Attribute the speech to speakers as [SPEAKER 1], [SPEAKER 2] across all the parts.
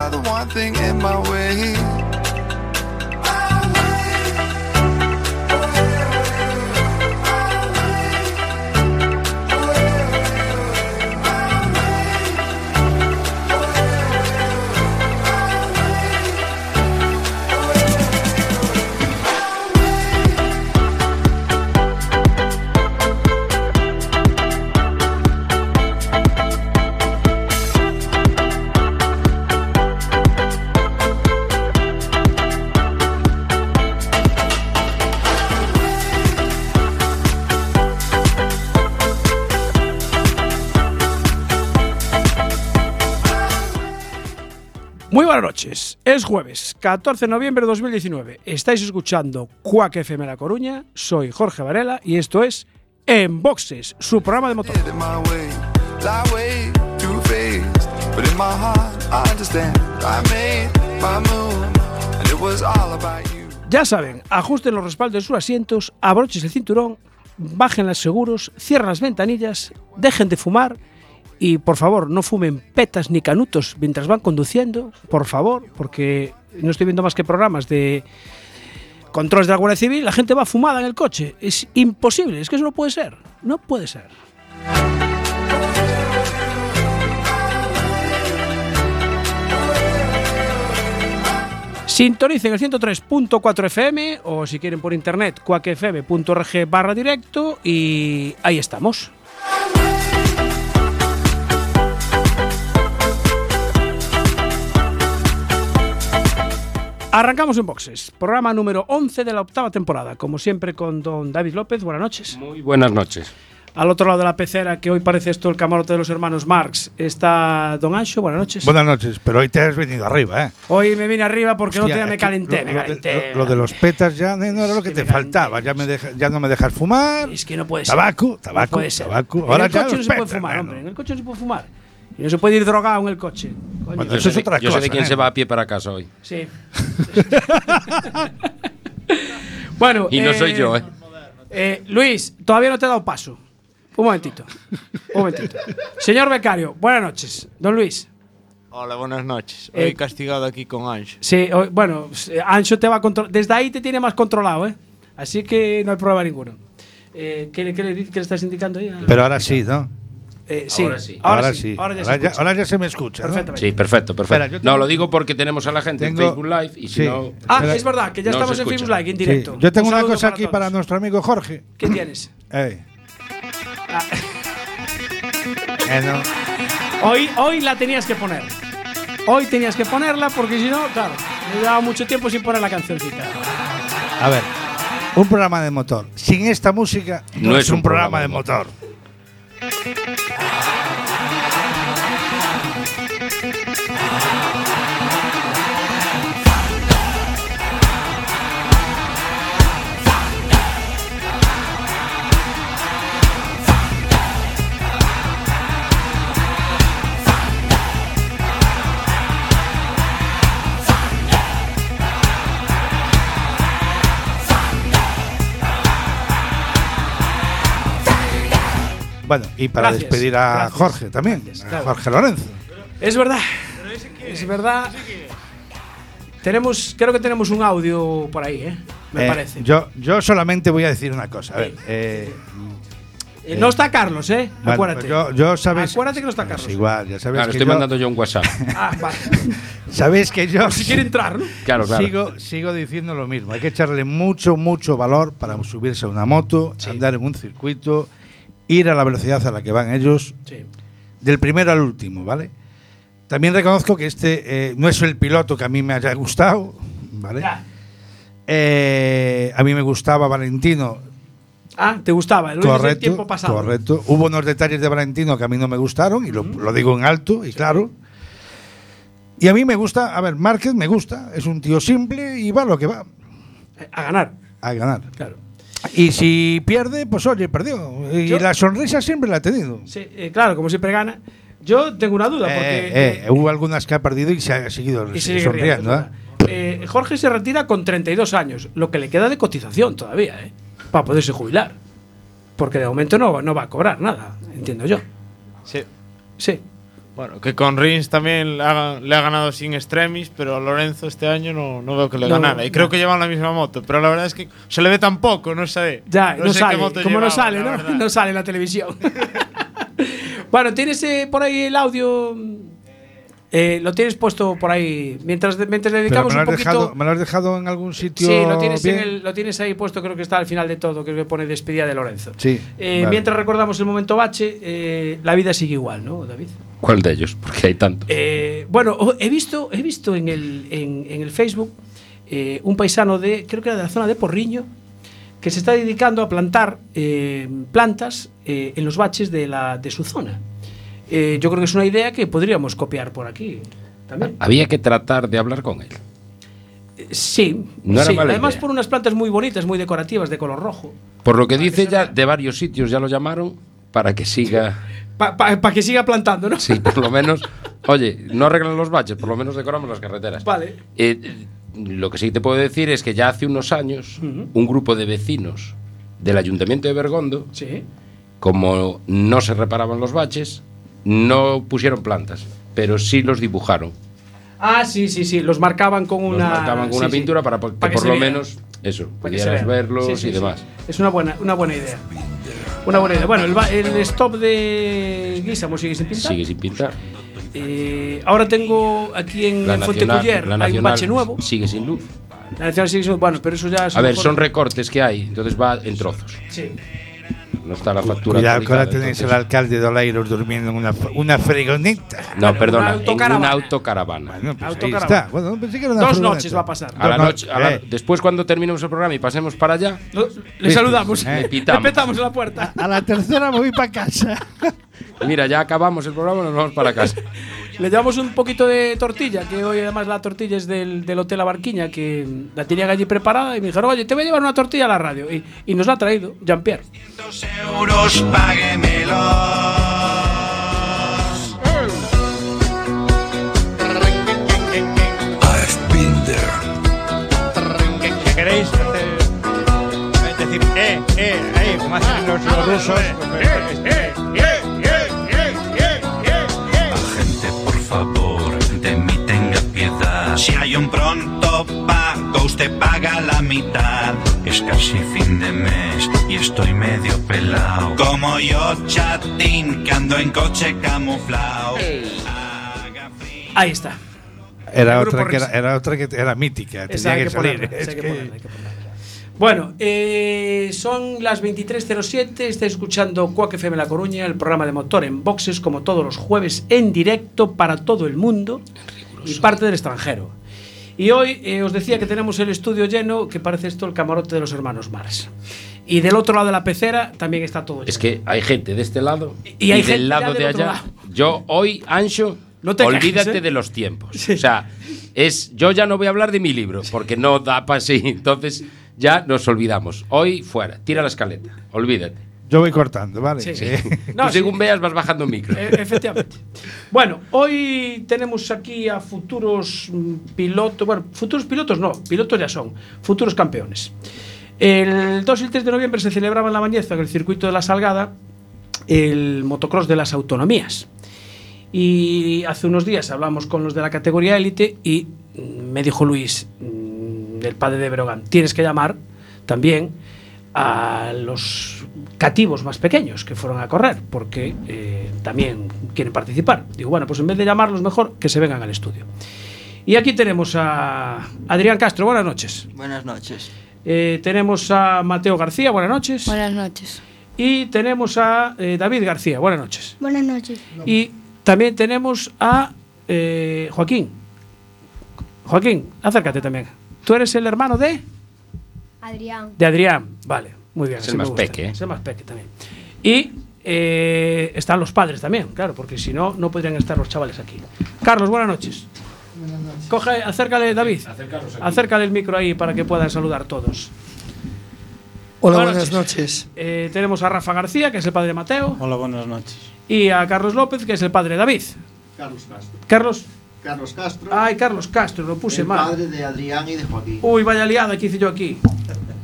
[SPEAKER 1] are the one thing in my way.
[SPEAKER 2] Muy buenas noches. Es jueves, 14 de noviembre de 2019. Estáis escuchando Cuac FM La Coruña. Soy Jorge Varela y esto es En Boxes, su programa de motor.
[SPEAKER 1] Get in my way, lie way too phased. But in my heart, I understand. I made my move, and it was all about you.
[SPEAKER 2] Ya saben, ajusten los respaldos de sus asientos, abroches el cinturón, bajen los seguros, cierren las ventanillas, dejen de fumar y por favor no fumen petas ni canutos mientras van conduciendo, por favor, porque no estoy viendo más que programas de controles de la Guardia Civil, la gente va fumada en el coche, es imposible, es que eso no puede ser, no puede ser. Sintonicen el 103.4 FM o si quieren por internet cuacfm.org barra directo y ahí estamos. Arrancamos en boxes, programa número 11 de la octava temporada, como siempre con don David López, buenas noches.
[SPEAKER 3] Muy buenas noches.
[SPEAKER 2] Al otro lado de la pecera, que hoy parece esto el camarote de los hermanos Marx, está don Ancho, buenas noches.
[SPEAKER 4] Buenas noches, pero hoy te has venido arriba, ¿eh?
[SPEAKER 2] Hoy me vine arriba porque no
[SPEAKER 4] Hostia,
[SPEAKER 2] me
[SPEAKER 4] es que
[SPEAKER 2] calenté,
[SPEAKER 4] lo-
[SPEAKER 2] me
[SPEAKER 4] lo de-
[SPEAKER 2] calenté.
[SPEAKER 4] lo- lo de los petas ya no era lo que
[SPEAKER 2] Sí,
[SPEAKER 4] te
[SPEAKER 2] me calenté.
[SPEAKER 4] faltaba. Ya, me deja- ya no me dejas fumar.
[SPEAKER 2] Es que no puede ser.
[SPEAKER 4] Tabaco,
[SPEAKER 2] No
[SPEAKER 4] tabaco,
[SPEAKER 2] puede ser.
[SPEAKER 4] tabaco.
[SPEAKER 2] En
[SPEAKER 4] Ahora
[SPEAKER 2] el
[SPEAKER 4] ya
[SPEAKER 2] coche
[SPEAKER 4] los
[SPEAKER 2] no se puede
[SPEAKER 4] petas,
[SPEAKER 2] fumar,
[SPEAKER 4] mano.
[SPEAKER 2] hombre. En el coche no se puede fumar. Y no se puede ir drogado en el coche. Coño.
[SPEAKER 4] Bueno, eso es
[SPEAKER 3] sé-
[SPEAKER 4] otra
[SPEAKER 3] yo sé
[SPEAKER 4] cosa,
[SPEAKER 3] de quién
[SPEAKER 4] ¿eh?
[SPEAKER 3] se va a pie para casa hoy.
[SPEAKER 2] Sí. bueno.
[SPEAKER 3] Y no soy yo, ¿eh?
[SPEAKER 2] eh, Luis, todavía no te he dado paso. Un momentito. Un momentito. Señor becario, buenas noches. Don Luis.
[SPEAKER 5] Hola, buenas noches.
[SPEAKER 2] Eh,
[SPEAKER 5] Hoy castigado aquí con Ange.
[SPEAKER 2] Sí, o- bueno, eh, Ancho te va a controlar. Desde ahí te tiene más controlado, ¿eh? Así que no hay problema ninguno. Eh, ¿qué, le- qué le, dices- qué le estás indicando ahí?
[SPEAKER 4] Pero ahora sí, ¿no?
[SPEAKER 2] Eh, sí,
[SPEAKER 3] Ahora sí.
[SPEAKER 2] Ahora, sí. Ahora ya se
[SPEAKER 4] Ahora ya,
[SPEAKER 2] escucha.
[SPEAKER 4] ahora ya se me escucha. ¿no?
[SPEAKER 2] Perfectamente.
[SPEAKER 3] Sí, perfecto, perfecto.
[SPEAKER 4] Espera, yo tengo-
[SPEAKER 3] no, lo digo porque tenemos a la gente en
[SPEAKER 4] Tengo-
[SPEAKER 3] Facebook Live y si
[SPEAKER 4] sí.
[SPEAKER 3] no.
[SPEAKER 2] Ah,
[SPEAKER 4] Espera.
[SPEAKER 2] es verdad, que ya
[SPEAKER 3] No se
[SPEAKER 2] estamos en
[SPEAKER 3] escucha.
[SPEAKER 2] Facebook Live, en
[SPEAKER 4] Sí,
[SPEAKER 2] directo.
[SPEAKER 4] Yo tengo
[SPEAKER 2] Un
[SPEAKER 4] una
[SPEAKER 2] saludo
[SPEAKER 4] cosa aquí
[SPEAKER 2] todos.
[SPEAKER 4] para nuestro amigo Jorge.
[SPEAKER 2] ¿Qué tienes?
[SPEAKER 4] Eh.
[SPEAKER 2] Ah,
[SPEAKER 4] Eh, no.
[SPEAKER 2] hoy, hoy la tenías que poner. Hoy tenías que ponerla porque si no, claro, me he dado mucho tiempo sin poner la cancioncita.
[SPEAKER 4] A ver, un programa de motor. Sin esta música no, es, un programa, de motor. Bueno, y para
[SPEAKER 2] Gracias,
[SPEAKER 4] despedir a
[SPEAKER 2] gracias.
[SPEAKER 4] Jorge también,
[SPEAKER 2] Gracias,
[SPEAKER 4] a
[SPEAKER 2] claro.
[SPEAKER 4] Jorge Lorenzo.
[SPEAKER 2] Es verdad. Es verdad. Tenemos, creo que tenemos un audio por ahí, ¿eh? Me
[SPEAKER 4] Eh,
[SPEAKER 2] parece.
[SPEAKER 4] Yo, yo solamente voy a decir una cosa. A ver,
[SPEAKER 2] Sí.
[SPEAKER 4] eh,
[SPEAKER 2] Eh, no está Carlos, ¿eh?
[SPEAKER 4] Bueno,
[SPEAKER 2] Acuérdate.
[SPEAKER 4] pues yo, yo sabéis.
[SPEAKER 2] Acuérdate que no está
[SPEAKER 4] Bueno, es
[SPEAKER 2] Carlos.
[SPEAKER 4] igual, ya sabéis
[SPEAKER 3] Claro,
[SPEAKER 4] que
[SPEAKER 3] estoy
[SPEAKER 4] yo-
[SPEAKER 3] mandando yo un WhatsApp.
[SPEAKER 2] Ah, vale.
[SPEAKER 4] Sabéis que yo.
[SPEAKER 2] si quiere entrar, ¿no?
[SPEAKER 3] Claro, claro.
[SPEAKER 4] Sigo, sigo diciendo lo mismo. Hay que echarle mucho, mucho valor para subirse a una moto, andar en un circuito, ir a la velocidad a la que van ellos,
[SPEAKER 2] Sí.
[SPEAKER 4] del primero al último, ¿vale? También reconozco que este eh, no es el piloto que a mí me haya gustado, ¿vale?
[SPEAKER 2] Ya.
[SPEAKER 4] Eh, a mí me gustaba Valentino,
[SPEAKER 2] Ah, ¿te gustaba? El único del
[SPEAKER 4] correcto,
[SPEAKER 2] tiempo pasado.
[SPEAKER 4] correcto. Hubo unos detalles de Valentino que a mí no me gustaron, y lo, lo digo en alto y claro. Y a mí me gusta, a ver, Márquez me gusta, es un tío simple y va lo que va
[SPEAKER 2] Eh, A ganar,
[SPEAKER 4] a ganar.
[SPEAKER 2] claro.
[SPEAKER 4] Y si pierde, pues oye, perdió. Y
[SPEAKER 2] Yo-
[SPEAKER 4] la sonrisa siempre la ha tenido.
[SPEAKER 2] Sí, eh, claro, como siempre gana. Yo tengo una duda, porque.
[SPEAKER 4] Eh, eh,
[SPEAKER 2] eh,
[SPEAKER 4] hubo algunas que ha perdido y se ha seguido
[SPEAKER 2] y sigue
[SPEAKER 4] sonriendo.
[SPEAKER 2] riendo, ¿eh? Eh, Jorge se retira con 32 años, lo que le queda de cotización todavía, ¿eh? Para poderse jubilar. Porque de momento no, no va a cobrar nada, entiendo yo.
[SPEAKER 5] Sí.
[SPEAKER 2] Sí.
[SPEAKER 5] Bueno, que con Rins también le ha, le ha ganado sin extremis, pero a Lorenzo este año no, no veo que le
[SPEAKER 2] No,
[SPEAKER 5] ganara. Y creo que llevan la misma moto, pero la verdad es que se le ve tan poco, no sé.
[SPEAKER 2] Ya, no,
[SPEAKER 5] sé qué
[SPEAKER 2] sale. Como
[SPEAKER 5] moto llevaba,
[SPEAKER 2] no sale,
[SPEAKER 5] la
[SPEAKER 2] ¿no?
[SPEAKER 5] verdad.
[SPEAKER 2] No sale en la televisión. bueno, tienes eh, por ahí el audio. Eh, lo tienes puesto por ahí. Mientras, mientras le
[SPEAKER 4] Pero me
[SPEAKER 2] dedicamos un
[SPEAKER 4] lo, has
[SPEAKER 2] poquito.
[SPEAKER 4] dejado, me lo has dejado en algún sitio.
[SPEAKER 2] Sí, lo tienes, en
[SPEAKER 4] bien?
[SPEAKER 2] el- lo tienes ahí puesto, creo que está al final de todo, creo que pone despedida de Lorenzo.
[SPEAKER 4] Sí,
[SPEAKER 2] Eh,
[SPEAKER 4] vale.
[SPEAKER 2] Mientras recordamos el momento bache, eh, la vida sigue igual, ¿no, David?
[SPEAKER 3] ¿Cuál de ellos? Porque hay tanto.
[SPEAKER 2] Eh, bueno, o- he visto, he visto en el, en, en el Facebook eh, un paisano de, creo que era de la zona de Porriño, que se está dedicando a plantar eh, plantas eh, en los baches de, la, de su zona. Eh, yo creo que es una idea que podríamos copiar por aquí también.
[SPEAKER 3] Había que tratar de hablar con él.
[SPEAKER 2] Eh, Sí,
[SPEAKER 3] No era
[SPEAKER 2] sí.
[SPEAKER 3] mala
[SPEAKER 2] además
[SPEAKER 3] idea.
[SPEAKER 2] por unas plantas muy bonitas, muy decorativas, de color rojo.
[SPEAKER 3] Por lo que dice ya, de varios sitios ya lo llamaron para que siga.
[SPEAKER 2] Para que siga plantando, ¿no?
[SPEAKER 3] Sí, por lo menos. Oye, no arreglan los baches, por lo menos decoramos las carreteras.
[SPEAKER 2] Vale.
[SPEAKER 3] Eh, eh, lo que sí te puedo decir es que ya hace unos años un grupo de vecinos del Ayuntamiento de Bergondo,
[SPEAKER 2] Sí.
[SPEAKER 3] como no se reparaban los baches, no pusieron plantas, pero sí los dibujaron.
[SPEAKER 2] Ah, sí, sí, sí. Los marcaban con
[SPEAKER 3] Los
[SPEAKER 2] una.
[SPEAKER 3] marcaban con
[SPEAKER 2] sí,
[SPEAKER 3] una
[SPEAKER 2] sí.
[SPEAKER 3] pintura para po- que
[SPEAKER 2] Pa'
[SPEAKER 3] por
[SPEAKER 2] se
[SPEAKER 3] lo
[SPEAKER 2] vea.
[SPEAKER 3] menos eso,
[SPEAKER 2] Pa' que se
[SPEAKER 3] pudieras
[SPEAKER 2] vea.
[SPEAKER 3] verlos
[SPEAKER 2] Sí, sí,
[SPEAKER 3] y
[SPEAKER 2] sí.
[SPEAKER 3] demás.
[SPEAKER 2] Es una buena, una buena idea. Una buena idea. Bueno, el, ba- el stop de Guisamo sigue sin pintar.
[SPEAKER 3] Sigue sin pintar.
[SPEAKER 2] Eh, ahora tengo aquí en
[SPEAKER 3] La nacional,
[SPEAKER 2] Fuenteculler
[SPEAKER 3] la
[SPEAKER 2] hay un
[SPEAKER 3] nacional
[SPEAKER 2] bache nuevo.
[SPEAKER 3] sigue sin luz.
[SPEAKER 2] La nacional sigue sin- Bueno, pero eso ya. es
[SPEAKER 3] A ver,
[SPEAKER 2] mejor-
[SPEAKER 3] son recortes que hay, entonces va en trozos.
[SPEAKER 2] Sí.
[SPEAKER 3] No está la factura.
[SPEAKER 4] Cuidado que ahora
[SPEAKER 3] actualizada,
[SPEAKER 4] tenéis al
[SPEAKER 3] entonces-
[SPEAKER 4] alcalde de Oleiros durmiendo en una, una fregoneta.
[SPEAKER 3] No,
[SPEAKER 2] Bueno,
[SPEAKER 3] perdona,
[SPEAKER 2] una
[SPEAKER 3] en
[SPEAKER 2] autocaravana.
[SPEAKER 3] una autocaravana.
[SPEAKER 4] Bueno, pues ahí
[SPEAKER 2] Autocaravana.
[SPEAKER 4] está. Bueno, pensé que era una
[SPEAKER 2] Dos
[SPEAKER 4] furgoneta.
[SPEAKER 2] noches va a pasar.
[SPEAKER 3] A la
[SPEAKER 4] Dos
[SPEAKER 3] noche, a la-
[SPEAKER 4] eh,
[SPEAKER 3] después cuando terminemos el programa y pasemos para allá, este,
[SPEAKER 2] No, Le saludamos.
[SPEAKER 4] Eh,
[SPEAKER 2] Le
[SPEAKER 3] pitamos.
[SPEAKER 2] petamos la puerta.
[SPEAKER 4] a la tercera me voy para casa.
[SPEAKER 3] mira, ya acabamos el programa, nos vamos para casa.
[SPEAKER 2] Le llevamos un poquito de tortilla, que hoy además la tortilla es del, del Hotel La Barquiña, que la tenían allí preparada y me dijeron, oye, te voy a llevar una tortilla a la radio. Y, y nos la ha traído Jean-Pierre.
[SPEAKER 1] euros, páguemelos. I've been there.
[SPEAKER 5] ¿Qué, qué queréis hacer? Decir, eh, eh, eh, más los
[SPEAKER 2] Ah,
[SPEAKER 5] rusos.
[SPEAKER 2] eh, eh.
[SPEAKER 6] gente, por favor, de mí tenga piedad. Si hay un pronto pago, usted paga la mitad. Es casi fin de mes y estoy medio pelado. Como yo, chatín, que ando en coche camuflado. Haga frío.
[SPEAKER 2] Ahí está.
[SPEAKER 4] Era
[SPEAKER 2] El grupo
[SPEAKER 4] otra, que era,
[SPEAKER 2] Risa.
[SPEAKER 4] era otra que era mítica.
[SPEAKER 2] Esa
[SPEAKER 4] Tenía
[SPEAKER 2] hay
[SPEAKER 4] que,
[SPEAKER 2] que
[SPEAKER 4] salir.
[SPEAKER 2] ponerla, esa hay
[SPEAKER 4] Es
[SPEAKER 2] que
[SPEAKER 4] que-
[SPEAKER 2] ponerla, hay que ponerla. Bueno, eh, son las 23.07, está escuchando Cuac FM La Coruña, el programa de motor en boxes, como todos los jueves, en directo para todo el mundo y parte del extranjero. Y hoy eh, os decía que tenemos el estudio lleno, que parece esto el camarote de los hermanos Mars. Y del otro lado de la pecera también está todo lleno.
[SPEAKER 3] Es que hay gente de este lado
[SPEAKER 2] Y hay gente
[SPEAKER 3] del
[SPEAKER 2] ya
[SPEAKER 3] lado de
[SPEAKER 2] del otro
[SPEAKER 3] allá.
[SPEAKER 2] lado.
[SPEAKER 3] Yo hoy, Ancho,
[SPEAKER 2] No te
[SPEAKER 3] olvídate
[SPEAKER 2] quejes, ¿eh?
[SPEAKER 3] de los tiempos.
[SPEAKER 2] Sí.
[SPEAKER 3] O sea, es yo ya no voy a hablar de mi libro porque no da para sí. Entonces ya nos olvidamos. Hoy fuera, tira la escaleta, olvídate.
[SPEAKER 4] Yo voy cortando, ¿vale?
[SPEAKER 2] Sí.
[SPEAKER 4] Sí.
[SPEAKER 2] No,
[SPEAKER 3] Tú
[SPEAKER 2] sí.
[SPEAKER 3] según veas vas bajando un micro.
[SPEAKER 2] E- Efectivamente. Bueno, hoy tenemos aquí a futuros mm, pilotos, bueno, futuros pilotos no, pilotos ya son, futuros campeones. El 2 y el 3 de noviembre se celebraba en La Bañeza, en el circuito de la Salgada, el motocross de las autonomías. Y hace unos días hablamos con los de la categoría élite y mm, me dijo Luis, mm, el padre de Berogán, tienes que llamar también a los cativos más pequeños que fueron a correr, porque eh, también quieren participar. Digo, bueno, pues en vez de llamarlos, mejor que se vengan al estudio. Y aquí tenemos a Adrián Castro, buenas noches.
[SPEAKER 7] Buenas noches.
[SPEAKER 2] Eh, tenemos a Mateo García, buenas noches.
[SPEAKER 8] Buenas noches.
[SPEAKER 2] Y tenemos a eh, David García, buenas noches.
[SPEAKER 8] Buenas noches.
[SPEAKER 2] Y también tenemos a eh, Joaquín. Joaquín, acércate también. Tú eres el hermano de,
[SPEAKER 8] Adrián.
[SPEAKER 2] de Adrián. Vale, muy bien.
[SPEAKER 3] Es
[SPEAKER 2] así
[SPEAKER 3] el
[SPEAKER 2] me
[SPEAKER 3] más
[SPEAKER 2] gusta.
[SPEAKER 3] peque, ¿eh?
[SPEAKER 2] Es el más peque también. Y eh, están los padres también, claro, porque si no, no podrían estar los chavales aquí. Carlos, buenas noches. Coge, acércale, David. Acércale el micro ahí para que puedan saludar todos.
[SPEAKER 9] Hola,
[SPEAKER 2] Buenas
[SPEAKER 9] buenas,
[SPEAKER 2] noches.
[SPEAKER 9] noches.
[SPEAKER 2] Eh, tenemos a Rafa García, que es el padre de Mateo.
[SPEAKER 9] Hola, buenas noches.
[SPEAKER 2] Y a Carlos López, que es el padre de David.
[SPEAKER 10] Carlos Castro.
[SPEAKER 2] Carlos.
[SPEAKER 10] Carlos Castro,
[SPEAKER 2] Ay, Carlos Castro, lo puse
[SPEAKER 10] el
[SPEAKER 2] mal.
[SPEAKER 10] padre de Adrián y de Joaquín.
[SPEAKER 2] Uy, vaya liada que hice yo aquí.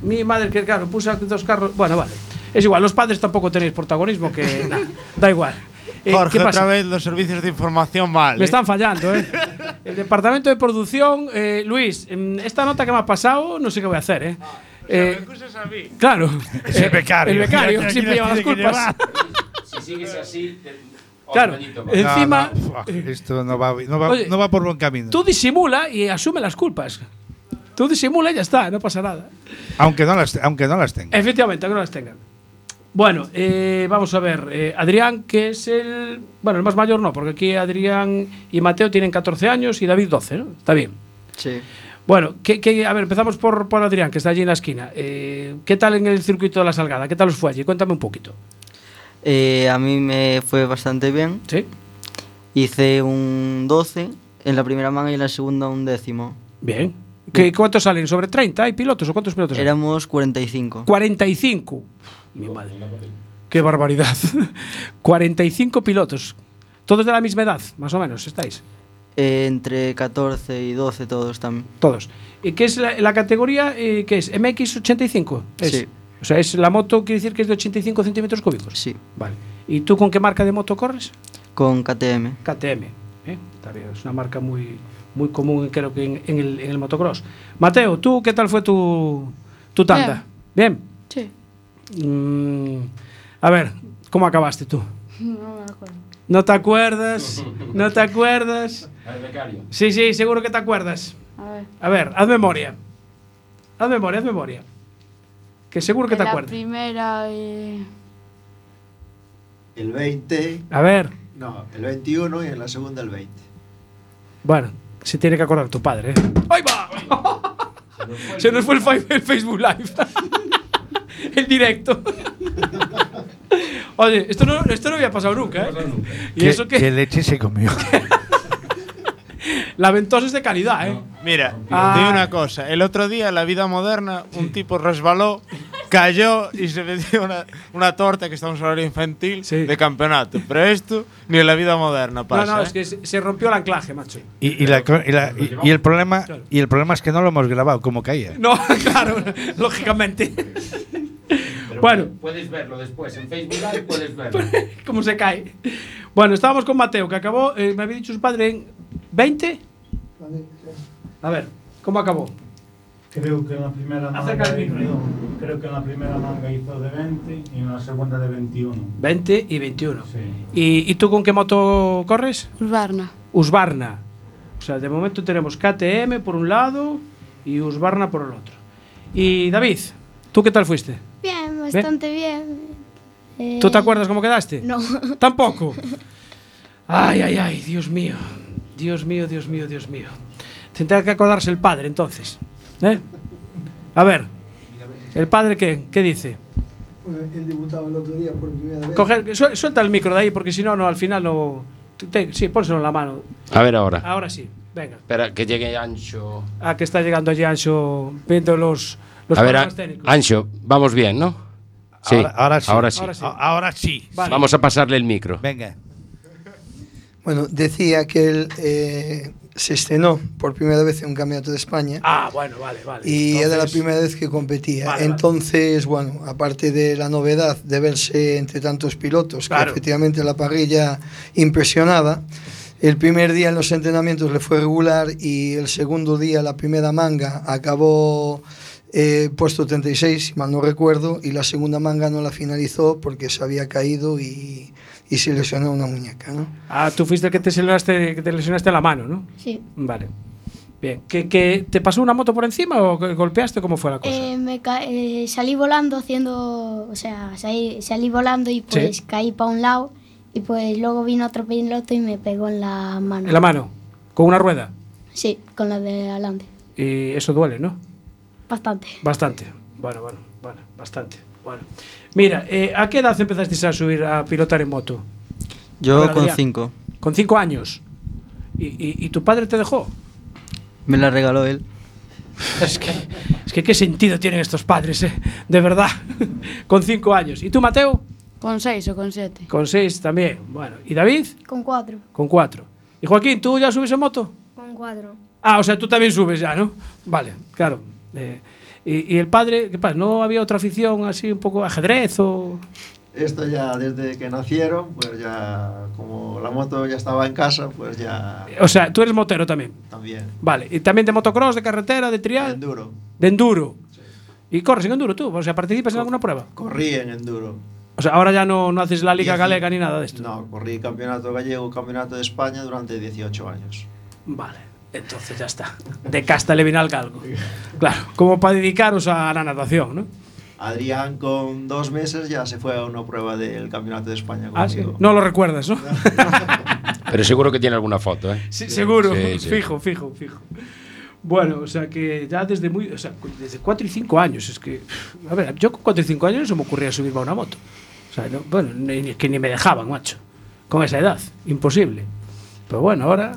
[SPEAKER 2] Mi madre, que claro, puse a dos carros. Bueno, vale. Es igual, los padres tampoco tenéis protagonismo, que nada, da igual. Eh,
[SPEAKER 5] Jorge,
[SPEAKER 2] ¿qué pasa?
[SPEAKER 5] otra vez los servicios de información mal.
[SPEAKER 2] Me
[SPEAKER 5] ¿eh?
[SPEAKER 2] están fallando, ¿eh? El departamento de producción, eh, Luis, em, esta nota que me ha pasado, no sé qué voy a hacer, ¿eh?
[SPEAKER 4] Ah,
[SPEAKER 2] Eh, Claro.
[SPEAKER 4] Es el becario.
[SPEAKER 2] El becario,
[SPEAKER 4] Ya te-
[SPEAKER 2] siempre
[SPEAKER 4] ya
[SPEAKER 2] lleva las
[SPEAKER 4] tiene que
[SPEAKER 2] culpas.
[SPEAKER 4] llevar.
[SPEAKER 3] Si sigues así, te- otro
[SPEAKER 2] Claro.
[SPEAKER 3] añito más.
[SPEAKER 2] Eh, Encima-
[SPEAKER 4] No, no, esto no va, no, va,
[SPEAKER 2] Oye,
[SPEAKER 4] no va por buen camino.
[SPEAKER 2] Tú disimula y asume las culpas. Tú disimula y ya está, no pasa nada.
[SPEAKER 4] Aunque no las, aunque no las tenga.
[SPEAKER 2] Efectivamente, aunque no las tengan. Bueno, eh, vamos a ver. eh, Adrián, que es el. Bueno, el más mayor no, porque aquí Adrián y Mateo tienen 14 años y David 12, ¿no? Está bien.
[SPEAKER 9] Sí.
[SPEAKER 2] Bueno, ¿qué- qué- a ver, empezamos por, por Adrián, que está allí en la esquina. Eh, ¿Qué tal en el circuito de la Salgada? ¿Qué tal os fue allí? Cuéntame un poquito.
[SPEAKER 9] Eh, a mí me fue bastante bien.
[SPEAKER 2] ¿Sí?
[SPEAKER 9] Hice un 12 en la primera manga y en la segunda un décimo.
[SPEAKER 2] Bien. ¿Qué, ¿Cuántos salen? ¿Sobre 30 hay pilotos o cuántos pilotos? hay?
[SPEAKER 9] Éramos 45.
[SPEAKER 2] 45. Mi madre. Qué barbaridad. 45 pilotos. Todos de la misma edad, más o menos, estáis.
[SPEAKER 9] Eh, entre 14 y 12 todos también.
[SPEAKER 2] Todos. ¿Y qué es la, la categoría? eh, ¿Qué es? ¿MX85? Es.
[SPEAKER 9] Sí.
[SPEAKER 2] O sea, es la moto quiere decir que es de 85 centímetros cúbicos.
[SPEAKER 9] Sí,
[SPEAKER 2] Vale. ¿Y tú con qué marca de moto corres?
[SPEAKER 9] con KTM.
[SPEAKER 2] KTM. ¿eh? Está bien, es una marca muy, muy común, creo que en, en el, en el motocross. Mateo, ¿tú qué tal fue tu, tu tanda? Bien.
[SPEAKER 8] Sí.
[SPEAKER 2] Mm, a ver, ¿cómo acabaste tú?
[SPEAKER 8] No me acuerdo.
[SPEAKER 2] ¿No te acuerdas? ¿No te acuerdas?
[SPEAKER 3] Al becario.
[SPEAKER 2] Sí, sí, seguro que te acuerdas.
[SPEAKER 8] A ver.
[SPEAKER 2] A ver, haz memoria. Haz memoria, haz memoria. Que seguro que te
[SPEAKER 8] la
[SPEAKER 2] acuerdas.
[SPEAKER 8] primera y.
[SPEAKER 10] El 20,
[SPEAKER 2] A ver,
[SPEAKER 10] no, el 21 y en la segunda el 20.
[SPEAKER 2] bueno, se tiene que acordar tu padre. ¿eh? ¡Ahí va! Se nos fue el, fa- el Facebook Live. el directo. Oye, esto no, esto no había pasado nunca, ¿eh? Y
[SPEAKER 4] ¿Qué-
[SPEAKER 2] eso
[SPEAKER 4] qué
[SPEAKER 2] que
[SPEAKER 4] leche se comió?
[SPEAKER 2] la ventosa es de calidad, ¿eh?
[SPEAKER 5] Mira,
[SPEAKER 2] Ah.
[SPEAKER 5] te digo una cosa. El otro día, en la vida moderna, un tipo resbaló, cayó y se metió una, una torta, que estamos en horario infantil,
[SPEAKER 2] Sí.
[SPEAKER 5] de campeonato. Pero esto ni en la vida moderna pasa.
[SPEAKER 2] no, no, es
[SPEAKER 5] ¿eh?
[SPEAKER 2] que se se rompió el anclaje, macho.
[SPEAKER 4] Y, y la co- y la- y- y el problema, y el problema es que no lo hemos grabado como caía.
[SPEAKER 2] No, claro, lógicamente. bueno,
[SPEAKER 3] Puedes verlo después en Facebook Live, puedes verlo.
[SPEAKER 2] cómo se cae. Bueno, estábamos con Mateo, que acabó, eh, me había dicho su padre, en 20. A ver, ¿cómo acabó?
[SPEAKER 7] Creo que en la primera
[SPEAKER 2] Acerca del micro.
[SPEAKER 7] hizo- creo que en la primera manga hizo de 20 y en la segunda de 21.
[SPEAKER 2] 20 y 21.
[SPEAKER 7] Sí.
[SPEAKER 2] ¿Y, y tú con qué moto corres?
[SPEAKER 8] Urbarna.
[SPEAKER 2] Husqvarna. O sea, de momento tenemos KTM por un lado y Husqvarna por el otro. Y David, ¿tú qué tal fuiste?
[SPEAKER 8] Bien, bastante bien. Eh,
[SPEAKER 2] ¿Tú te acuerdas cómo quedaste?
[SPEAKER 8] No.
[SPEAKER 2] Tampoco. Ay, ay, ay, Dios mío. Dios mío, Dios mío, Dios mío. Tendrá que acordarse el padre entonces. ¿eh? A ver, ¿el padre qué, qué dice?
[SPEAKER 7] Él debutaba el otro día por primera vez.
[SPEAKER 2] Coger- suel- suelta el micro de ahí porque si no, no, al final no. te- sí, pónselo en la mano.
[SPEAKER 3] A ver ahora.
[SPEAKER 2] Ahora sí, venga.
[SPEAKER 3] Espera, que llegue Ancho.
[SPEAKER 2] Ah, que está llegando allí Ancho viendo los, los
[SPEAKER 3] a ver,
[SPEAKER 2] problemas
[SPEAKER 3] An-
[SPEAKER 2] técnicos.
[SPEAKER 3] Ancho, vamos bien, ¿no? Sí,
[SPEAKER 4] Ahora, ahora sí.
[SPEAKER 3] Ahora sí.
[SPEAKER 2] Ahora sí.
[SPEAKER 4] A- ahora sí.
[SPEAKER 2] Vale.
[SPEAKER 3] Vamos a pasarle el micro.
[SPEAKER 4] Venga.
[SPEAKER 7] Bueno, decía que él eh, se estrenó por primera vez en un campeonato de España
[SPEAKER 2] Ah, bueno, vale, vale.
[SPEAKER 7] y era la
[SPEAKER 2] Entonces,
[SPEAKER 7] primera vez que competía.
[SPEAKER 2] Vale, vale.
[SPEAKER 7] Entonces, bueno, aparte de la novedad de verse entre tantos pilotos,
[SPEAKER 2] Claro.
[SPEAKER 7] que efectivamente la parrilla impresionaba, el primer día en los entrenamientos le fue regular y el segundo día, la primera manga, acabó eh, puesto 36, si mal no recuerdo, y la segunda manga no la finalizó porque se había caído y, y se lesionó una muñeca, ¿no?
[SPEAKER 2] Ah, tú fuiste el que te lesionaste, que te lesionaste la mano, ¿no?
[SPEAKER 8] Sí.
[SPEAKER 2] Vale. Bien. ¿Que, que te pasó una moto por encima o que golpeaste? ¿Cómo fue la cosa?
[SPEAKER 8] Eh, me ca- eh, salí volando haciendo, o sea, salí, salí volando y pues caí para un lado y pues luego vino otro piloto y me pegó en la mano.
[SPEAKER 2] en la mano, con una rueda.
[SPEAKER 8] Sí, con la de adelante.
[SPEAKER 2] Y eso duele, ¿no?
[SPEAKER 8] Bastante.
[SPEAKER 2] Bastante. Bueno, bueno, bueno, bastante. Bueno. Mira, eh, ¿a qué edad empezasteis a subir a pilotar en moto?
[SPEAKER 9] Yo
[SPEAKER 2] Hola,
[SPEAKER 9] con
[SPEAKER 2] Adrián.
[SPEAKER 9] 5.
[SPEAKER 2] Con cinco años. ¿Y, y- y tu padre te dejó?
[SPEAKER 9] Me la regaló él.
[SPEAKER 2] Es que, es que qué sentido tienen estos padres, eh, de verdad. con cinco años. ¿Y tú, Mateo?
[SPEAKER 8] ¿Con seis o con siete?
[SPEAKER 2] Con seis también. Bueno. ¿Y David?
[SPEAKER 8] Con cuatro.
[SPEAKER 2] Con cuatro. ¿Y Joaquín, tú ya subes en moto?
[SPEAKER 8] Con cuatro.
[SPEAKER 2] Ah, o sea, tú también subes ya, ¿no? Vale, claro. Eh, y, y el padre, ¿qué pasa? ¿No había otra afición así un poco ajedrez o...?
[SPEAKER 10] Esto ya desde que nacieron, pues ya como la moto ya estaba en casa, pues ya
[SPEAKER 2] O sea, tú eres motero también.
[SPEAKER 10] también.
[SPEAKER 2] Vale, y también de motocross, de carretera, de trial. De
[SPEAKER 10] enduro.
[SPEAKER 2] De enduro. ¿Y corres en enduro tú? O sea, ¿participas en alguna prueba?
[SPEAKER 10] Corrí en enduro.
[SPEAKER 2] O sea, ahora ya no, no haces la Liga
[SPEAKER 10] Dieci-
[SPEAKER 2] Galega ni nada de esto.
[SPEAKER 10] No, corrí campeonato gallego, campeonato de España durante 18 años.
[SPEAKER 2] Vale, entonces ya está. De casta le viene al galgo. Claro, como para dedicaros a la natación, ¿no?
[SPEAKER 10] Adrián con dos meses ya se fue a una prueba del campeonato de España
[SPEAKER 2] Ah, sí.
[SPEAKER 10] conmigo.
[SPEAKER 2] No lo recuerdas, ¿no?
[SPEAKER 3] Pero seguro que tiene alguna foto, ¿eh?
[SPEAKER 2] Sí, seguro,
[SPEAKER 3] Sí, sí.
[SPEAKER 2] fijo, fijo, fijo. Bueno, o sea que ya desde muy, o sea, cu- desde 4 y 5 años, es que, a ver, yo con 4 y 5 años no se me ocurría subirme a una moto. O sea, no- bueno, ni, ni- que ni me dejaban, macho, con esa edad, imposible. Pero bueno, ahora,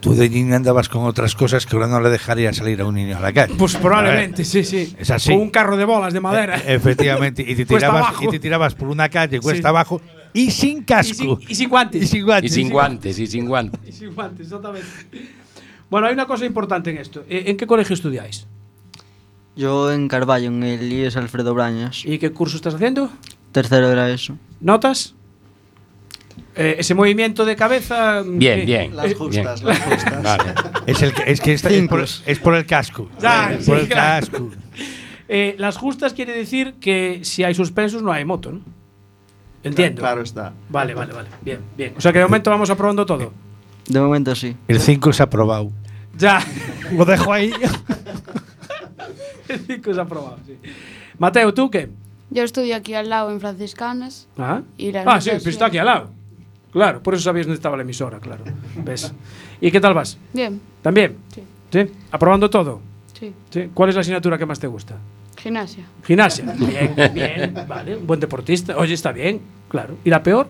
[SPEAKER 4] Tú de niño andabas con otras cosas que ahora no le dejaría salir a un niño a la calle.
[SPEAKER 2] pues probablemente, sí, sí.
[SPEAKER 4] es así.
[SPEAKER 2] Con un carro de bolas de madera.
[SPEAKER 4] E- Efectivamente, y te,
[SPEAKER 2] Cuesta
[SPEAKER 4] tirabas,
[SPEAKER 2] abajo.
[SPEAKER 4] y te tirabas por una calle cuesta
[SPEAKER 2] Sí.
[SPEAKER 4] abajo y sin casco.
[SPEAKER 2] Y sin guantes.
[SPEAKER 4] Y sin guantes.
[SPEAKER 3] Y sin guantes, y sin guantes.
[SPEAKER 2] Y sin guantes, exactamente. Bueno, hay una cosa importante en esto. Eh, ¿En qué colegio estudiáis?
[SPEAKER 9] Yo en Carballo, en el IES Alfredo Brañas.
[SPEAKER 2] ¿Y qué curso estás haciendo?
[SPEAKER 9] Tercero de la ESO.
[SPEAKER 2] ¿Notas? Eh, ese movimiento de cabeza. mm,
[SPEAKER 3] Bien,
[SPEAKER 2] eh,
[SPEAKER 3] bien.
[SPEAKER 10] Las
[SPEAKER 2] eh,
[SPEAKER 10] justas,
[SPEAKER 3] Bien.
[SPEAKER 10] las justas.
[SPEAKER 3] Vale.
[SPEAKER 4] Es, el, es que esta- es, por, es por el casco.
[SPEAKER 2] Ya,
[SPEAKER 4] Es por
[SPEAKER 2] sí,
[SPEAKER 4] el
[SPEAKER 2] claro.
[SPEAKER 4] casco.
[SPEAKER 2] eh, las justas quiere decir que si hay suspensos no hay moto, ¿no? Entiendo.
[SPEAKER 10] Claro está.
[SPEAKER 2] Vale, vale, vale. Bien, bien. O sea que de momento vamos aprobando todo.
[SPEAKER 4] Eh,
[SPEAKER 9] De momento sí.
[SPEAKER 4] El 5 se ha probado.
[SPEAKER 2] Ya.
[SPEAKER 4] Lo dejo ahí.
[SPEAKER 2] El cinco se ha aprobado, sí. Mateo, ¿tú qué?
[SPEAKER 11] Yo estudio aquí al lado en Franciscanas.
[SPEAKER 2] Ah,
[SPEAKER 11] Y la
[SPEAKER 2] Ah, sí,
[SPEAKER 11] emisora
[SPEAKER 2] pero está
[SPEAKER 11] sí.
[SPEAKER 2] aquí al lado. Claro, por eso sabías dónde estaba la emisora, claro. ¿Ves? ¿Y qué tal vas?
[SPEAKER 11] Bien,
[SPEAKER 2] ¿También?
[SPEAKER 11] Sí.
[SPEAKER 2] ¿Sí? ¿Aprobando todo?
[SPEAKER 11] sí.
[SPEAKER 2] ¿Sí? ¿Cuál es la asignatura que más te gusta?
[SPEAKER 11] Gimnasia.
[SPEAKER 2] Gimnasia. Bien, bien, vale. Un buen deportista. Oye, está bien, claro. ¿Y la peor?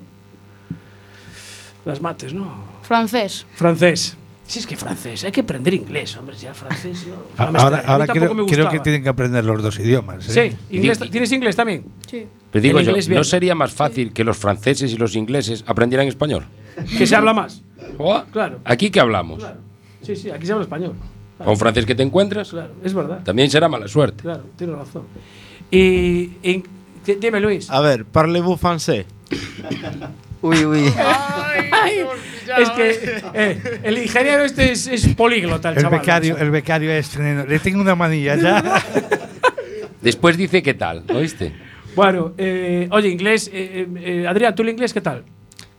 [SPEAKER 2] Las mates, ¿no?
[SPEAKER 11] Francés.
[SPEAKER 2] Francés. Si es que francés, hay que aprender inglés, hombre, ya francés. No,
[SPEAKER 3] Ah,
[SPEAKER 2] No me
[SPEAKER 4] Ahora,
[SPEAKER 2] extraña, a
[SPEAKER 4] ahora
[SPEAKER 2] mí tampoco
[SPEAKER 4] creo,
[SPEAKER 2] me
[SPEAKER 4] creo que
[SPEAKER 2] gustaba.
[SPEAKER 4] tienen que aprender los dos idiomas. ¿eh?
[SPEAKER 2] Sí, inglés- ¿tienes inglés también?
[SPEAKER 11] Sí.
[SPEAKER 3] Pero digo
[SPEAKER 2] El
[SPEAKER 3] yo,
[SPEAKER 2] inglés bien.
[SPEAKER 3] ¿no sería más fácil que los franceses y los ingleses aprendieran español?
[SPEAKER 2] Que se habla más.
[SPEAKER 3] Oh,
[SPEAKER 2] Claro.
[SPEAKER 3] ¿Aquí que hablamos?
[SPEAKER 2] Claro. Sí, sí, aquí se habla español.
[SPEAKER 3] ¿A un francés que te encuentras?
[SPEAKER 2] Claro, es verdad.
[SPEAKER 3] También será mala suerte.
[SPEAKER 2] Claro, tienes razón. Y, y- di- dime, Luis.
[SPEAKER 5] A ver, parlez-vous français.
[SPEAKER 9] Uy, uy.
[SPEAKER 2] es que eh, el ingeniero este es, es políglota, el,
[SPEAKER 4] El
[SPEAKER 2] chaval.
[SPEAKER 4] becario, el becario es tremendo. Le tengo una manilla ya.
[SPEAKER 3] Después dice qué tal, ¿oíste?
[SPEAKER 2] Bueno, eh, oye, inglés. eh, eh, eh, Adrián, ¿tú el inglés qué tal?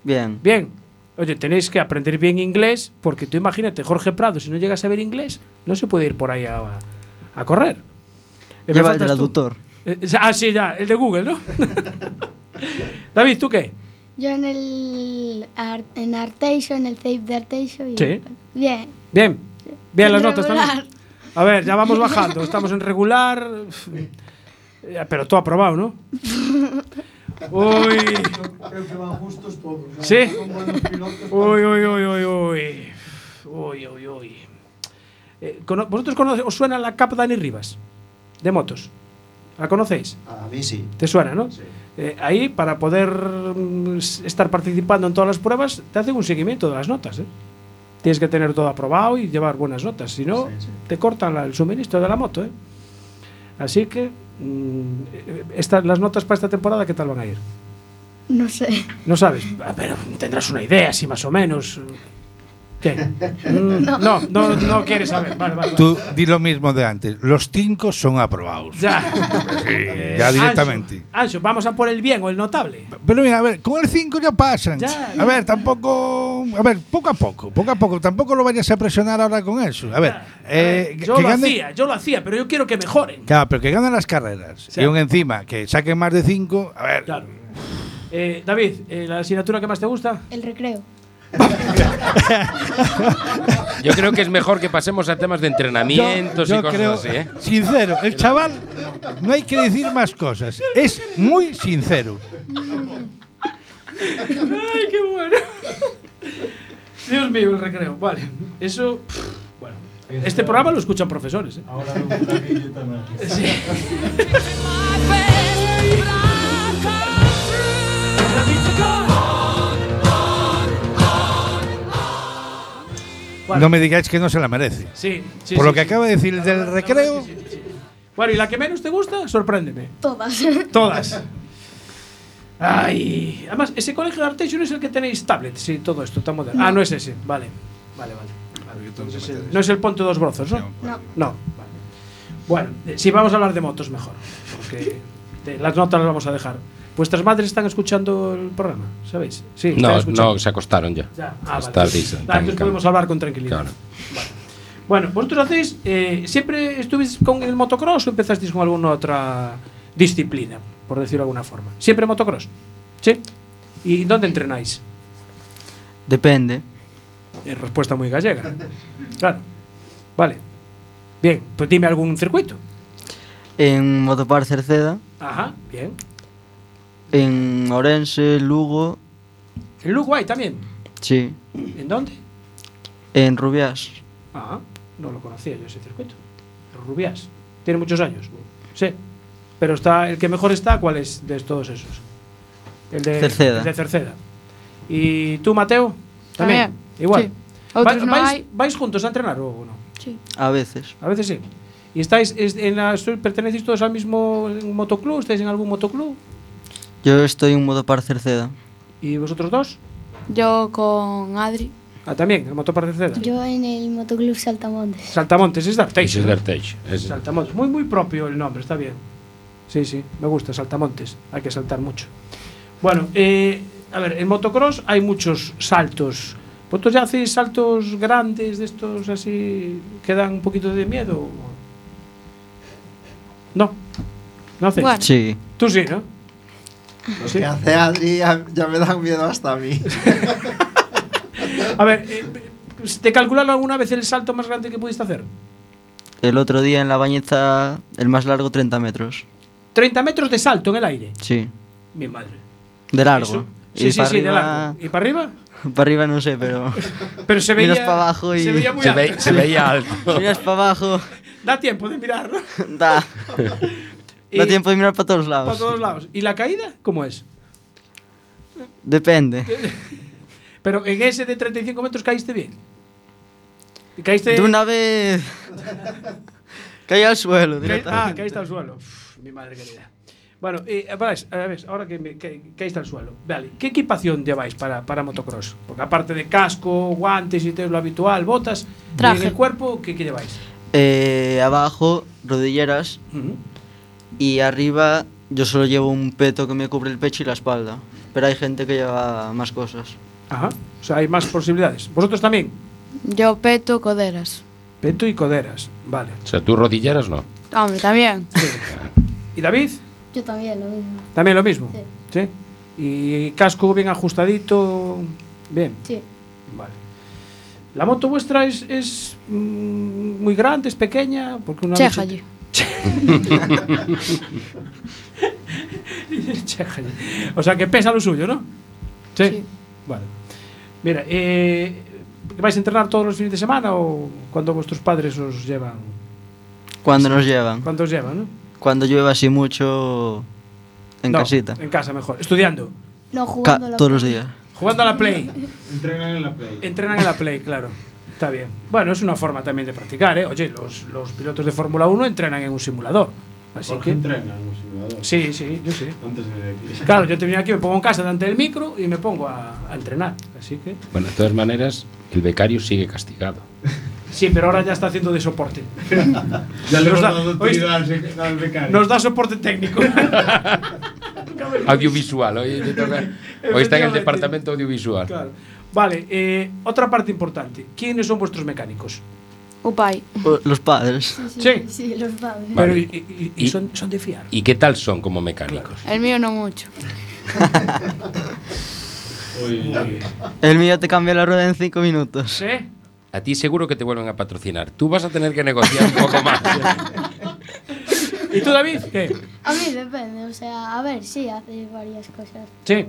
[SPEAKER 9] Bien.
[SPEAKER 2] Bien. Oye, tenéis que aprender bien inglés, porque tú imagínate, Jorge Prado, si no llega a saber inglés, no se puede ir por ahí a, a correr. Eh, me
[SPEAKER 9] Lleva el
[SPEAKER 2] faltas tú.
[SPEAKER 9] traductor.
[SPEAKER 2] Eh, ah, sí, ya, el de Google, ¿no? David, ¿tú qué?
[SPEAKER 8] Yo en el ar- en Arteixo, en el Save de Arteixo. Y
[SPEAKER 2] Sí.
[SPEAKER 8] Bien.
[SPEAKER 2] Bien. Bien, las notas
[SPEAKER 8] Regular.
[SPEAKER 2] también. A ver, ya vamos bajando. Estamos en regular. Eh, Pero todo aprobado, ¿no? Uy.
[SPEAKER 7] Creo que van justos todos.
[SPEAKER 2] Sí. Uy, uy, uy, uy, uy. Uy, uy, uy. Eh, cono- ¿Vosotros conoce- os suena la Cap Dani Rivas? De motos. ¿La conocéis?
[SPEAKER 10] A mí sí.
[SPEAKER 2] ¿Te suena, no?
[SPEAKER 10] Sí.
[SPEAKER 2] Eh, ahí, para poder mm, s- estar participando en todas las pruebas, te hacen un seguimiento de las notas. ¿eh? Tienes que tener todo aprobado y llevar buenas notas. Si no,
[SPEAKER 10] Sí, sí.
[SPEAKER 2] te cortan la- el suministro de la moto. ¿eh? Así que, mm, eh, estas- las notas para esta temporada, ¿qué tal van a ir?
[SPEAKER 8] No sé.
[SPEAKER 2] No sabes, Ah, pero tendrás una idea, así más o menos. ¿Qué? Mm, no. No, no, quieres saber. Vale, vale, vale.
[SPEAKER 4] Tú di lo mismo de antes. Los cinco son aprobados.
[SPEAKER 2] Ya.
[SPEAKER 4] Sí,
[SPEAKER 2] Ah,
[SPEAKER 4] ya directamente.
[SPEAKER 2] Ancho, Ancho, vamos a por el bien o el notable.
[SPEAKER 4] Pero mira, a ver, con el 5 ya pasan.
[SPEAKER 2] Ya,
[SPEAKER 4] A ver, tampoco. A ver, poco a poco, poco a poco. Tampoco lo vayas a presionar ahora con eso. A ver, eh,
[SPEAKER 2] yo
[SPEAKER 4] que
[SPEAKER 2] lo
[SPEAKER 4] gane-
[SPEAKER 2] hacía, yo lo hacía, pero yo quiero que mejoren.
[SPEAKER 4] Claro, pero que ganen las carreras.
[SPEAKER 2] Sí.
[SPEAKER 4] Y aún encima, que saquen más de 5. A ver,
[SPEAKER 2] Claro. Eh, David, eh, ¿la asignatura que más te gusta?
[SPEAKER 8] El recreo.
[SPEAKER 3] Yo creo que es mejor que pasemos a temas de entrenamientos y cosas así, ¿eh?
[SPEAKER 4] Sincero, el chaval, no hay que decir más cosas. Es muy sincero.
[SPEAKER 2] ¡Ay, qué bueno! Dios mío, el recreo. Vale, eso. pff, Bueno, este programa lo escuchan profesores. ¿eh? Vale.
[SPEAKER 4] No me digáis que no se la merece.
[SPEAKER 2] Sí, sí.
[SPEAKER 4] Por
[SPEAKER 2] sí,
[SPEAKER 4] lo que
[SPEAKER 2] sí.
[SPEAKER 4] acaba de decir del recreo,
[SPEAKER 2] Bueno, ¿y la que menos te gusta? Sorpréndeme.
[SPEAKER 8] Todas.
[SPEAKER 2] Todas. Ay, además, ese colegio de Artesian es el que tenéis tablets y todo esto, tan moderno. Ah, no es ese, vale. Vale, vale. vale. Entonces, eh, no es el Ponte dos Brozos, ¿no?
[SPEAKER 8] No.
[SPEAKER 2] vale. Bueno, eh, si vamos a hablar de motos, mejor. Porque te- las notas las vamos a dejar. ¿Vuestras madres están escuchando el programa? ¿Sabéis? Sí, están
[SPEAKER 3] No,
[SPEAKER 2] escuchando.
[SPEAKER 3] no, se acostaron ya.
[SPEAKER 2] Ya, ah,
[SPEAKER 3] Es
[SPEAKER 2] vale.
[SPEAKER 3] tardísimo,
[SPEAKER 2] Ah,
[SPEAKER 3] tan
[SPEAKER 2] entonces podemos
[SPEAKER 3] calmo.
[SPEAKER 2] hablar con tranquilidad.
[SPEAKER 3] Claro.
[SPEAKER 2] Bueno, vosotros hacéis. eh, ¿Siempre estuvisteis con el motocross o empezasteis con alguna otra disciplina, por decirlo de alguna forma? ¿Siempre motocross? ¿Sí? ¿Y dónde entrenáis?
[SPEAKER 9] Depende.
[SPEAKER 2] Eh, respuesta muy gallega. Claro. Vale. Bien, pues dime algún circuito.
[SPEAKER 9] En Motopar Cerceda,
[SPEAKER 2] Ajá, bien.
[SPEAKER 9] en Orense, Lugo,
[SPEAKER 2] ¿En Uruguay también?
[SPEAKER 9] sí,
[SPEAKER 2] ¿En dónde?
[SPEAKER 9] en Rubias.
[SPEAKER 2] Ah, no lo conocía yo ese circuito. El Rubias. Tiene muchos años. Sí. Pero está el que mejor está, ¿cuál es de todos esos? El de
[SPEAKER 9] Cerceda.
[SPEAKER 2] el de Cerceda. ¿Y tú, Mateo? También.
[SPEAKER 11] También,
[SPEAKER 2] Igual.
[SPEAKER 11] sí. Otros
[SPEAKER 2] Va-
[SPEAKER 11] no
[SPEAKER 2] vais,
[SPEAKER 11] hay.
[SPEAKER 2] vais juntos a entrenar o no?
[SPEAKER 11] Sí.
[SPEAKER 9] A veces.
[SPEAKER 2] A veces sí. ¿Y estáis es- en la, sois- pertenecéis todos al mismo motoclub? ¿Estáis en algún motoclub?
[SPEAKER 9] Yo estoy en Motopar Cerceda.
[SPEAKER 2] ¿Y vosotros dos?
[SPEAKER 11] Yo con Adri.
[SPEAKER 2] Ah, también, el motopar Cerceda.
[SPEAKER 8] Yo en el motoclub Saltamontes.
[SPEAKER 2] Saltamontes, es de Arteixo.
[SPEAKER 3] Es
[SPEAKER 2] ¿no?
[SPEAKER 3] de Arteixo, es-
[SPEAKER 2] Saltamontes, muy, muy propio el nombre, está bien. Sí, sí, me gusta, Saltamontes, hay que saltar mucho. Bueno, eh, a ver, en motocross hay muchos saltos. ¿Vosotros ya hacéis saltos grandes de estos así que dan un poquito de miedo? No, no hacéis.
[SPEAKER 10] Bueno. Sí.
[SPEAKER 2] Tú sí, ¿no?
[SPEAKER 10] Los
[SPEAKER 2] Sí.
[SPEAKER 10] que hace Adri ya, ya me dan miedo hasta a mí.
[SPEAKER 2] A ver, eh, ¿te calcularon alguna vez el salto más grande que pudiste hacer?
[SPEAKER 9] El otro día en la bañeza, el más largo 30 metros.
[SPEAKER 2] 30 metros de salto en el aire.
[SPEAKER 9] Sí,
[SPEAKER 2] Mi madre.
[SPEAKER 9] de largo.
[SPEAKER 2] Eso-
[SPEAKER 9] Y
[SPEAKER 2] Sí, sí,
[SPEAKER 9] para
[SPEAKER 2] sí, de
[SPEAKER 9] arriba-
[SPEAKER 2] largo. ¿Y para arriba?
[SPEAKER 9] Para arriba no sé, pero.
[SPEAKER 2] Pero se veía.
[SPEAKER 9] Miras para abajo y.
[SPEAKER 2] Se veía muy alto.
[SPEAKER 9] Miras para abajo.
[SPEAKER 2] Da tiempo de mirar, ¿no?
[SPEAKER 9] Da. Da
[SPEAKER 2] Y-
[SPEAKER 9] tiempo de mirar para todos lados.
[SPEAKER 2] Para todos lados. ¿Y la caída? ¿Cómo es?
[SPEAKER 9] Depende.
[SPEAKER 2] Pero en ese de 35 metros caíste bien. Y Caíste.
[SPEAKER 9] De una vez. Caí al suelo
[SPEAKER 2] Caí- Ah,
[SPEAKER 9] directamente.
[SPEAKER 2] caíste al suelo. Uf, mi madre querida. Bueno, eh, vais, a ver, ahora que, me- que- caíste al suelo. Vale, ¿qué equipación lleváis para, para motocross? Porque aparte de casco, guantes y todo lo habitual, botas,
[SPEAKER 9] Traje.
[SPEAKER 2] ¿y en el cuerpo qué, qué lleváis?
[SPEAKER 9] Eh, abajo, rodilleras. Y arriba, yo solo llevo un peto que me cubre el pecho y la espalda. Pero hay gente que lleva más cosas.
[SPEAKER 2] Ajá. O sea, hay más posibilidades. ¿Vosotros también?
[SPEAKER 11] Yo peto coderas.
[SPEAKER 2] Peto y coderas. Vale.
[SPEAKER 3] O sea, tú rodilleras no.
[SPEAKER 11] Hombre, también.
[SPEAKER 2] ¿Y David?
[SPEAKER 8] Yo también, lo mismo.
[SPEAKER 2] También lo mismo. Sí. Y casco bien ajustadito. Bien.
[SPEAKER 8] Sí.
[SPEAKER 2] Vale. La moto vuestra es, es, mm, muy grande, es pequeña. Porque una
[SPEAKER 11] Cheja
[SPEAKER 2] bici- Cheja allí. O sea que pesa lo suyo, ¿no? Sí. Vale. Mira, eh, ¿vais a entrenar todos los fines de semana o cuando vuestros padres os llevan?
[SPEAKER 9] Cuando nos llevan.
[SPEAKER 2] ¿Cuándo os llevan, no?
[SPEAKER 9] Cuando llueve así mucho. En
[SPEAKER 2] No,
[SPEAKER 9] casita.
[SPEAKER 2] En casa mejor. Estudiando.
[SPEAKER 8] No,
[SPEAKER 9] Ca-
[SPEAKER 8] jugando a la
[SPEAKER 9] todos los días.
[SPEAKER 2] Jugando a la Play.
[SPEAKER 5] Entrenan en la play.
[SPEAKER 2] Entrenan en la Play, claro. Está bien. Bueno, es una forma también de practicar, ¿eh? Oye, los, los pilotos de Fórmula 1 entrenan en un simulador. Así
[SPEAKER 12] Jorge
[SPEAKER 2] que...
[SPEAKER 12] entrena en un simulador.
[SPEAKER 2] Sí, sí, yo sí.
[SPEAKER 12] Antes de aquí.
[SPEAKER 2] Claro, yo te vine aquí, me pongo en casa delante del micro y me pongo a, a entrenar. Así que...
[SPEAKER 3] Bueno, de todas maneras, el becario sigue castigado.
[SPEAKER 2] Sí, pero ahora ya está haciendo de soporte.
[SPEAKER 3] Ya le
[SPEAKER 2] Nos
[SPEAKER 3] hemos
[SPEAKER 2] da-
[SPEAKER 3] dado
[SPEAKER 2] ¿oíste?
[SPEAKER 3] utilidad al sec- al becario.
[SPEAKER 2] Nos da soporte técnico.
[SPEAKER 3] Audiovisual, hoy, le toca- hoy está en el
[SPEAKER 2] Efectivamente.
[SPEAKER 3] departamento audiovisual.
[SPEAKER 2] Claro. Vale, eh, otra parte importante. ¿Quiénes son vuestros mecánicos?
[SPEAKER 11] Upai.
[SPEAKER 9] Los padres.
[SPEAKER 2] Sí.
[SPEAKER 8] Sí, los padres.
[SPEAKER 3] Vale.
[SPEAKER 2] Pero, y- y- y son- son de fiar.
[SPEAKER 3] ¿Y qué tal son como mecánicos?
[SPEAKER 11] El mío no mucho.
[SPEAKER 9] El mío te cambia la rueda en 5 minutos.
[SPEAKER 2] ¿Sí?
[SPEAKER 3] A ti seguro que te vuelven a patrocinar. Tú vas a tener que negociar un poco más.
[SPEAKER 2] ¿Y tú, David? ¿Qué?
[SPEAKER 8] A mí depende, o sea, a ver, sí, hace varias cosas.
[SPEAKER 2] Sí,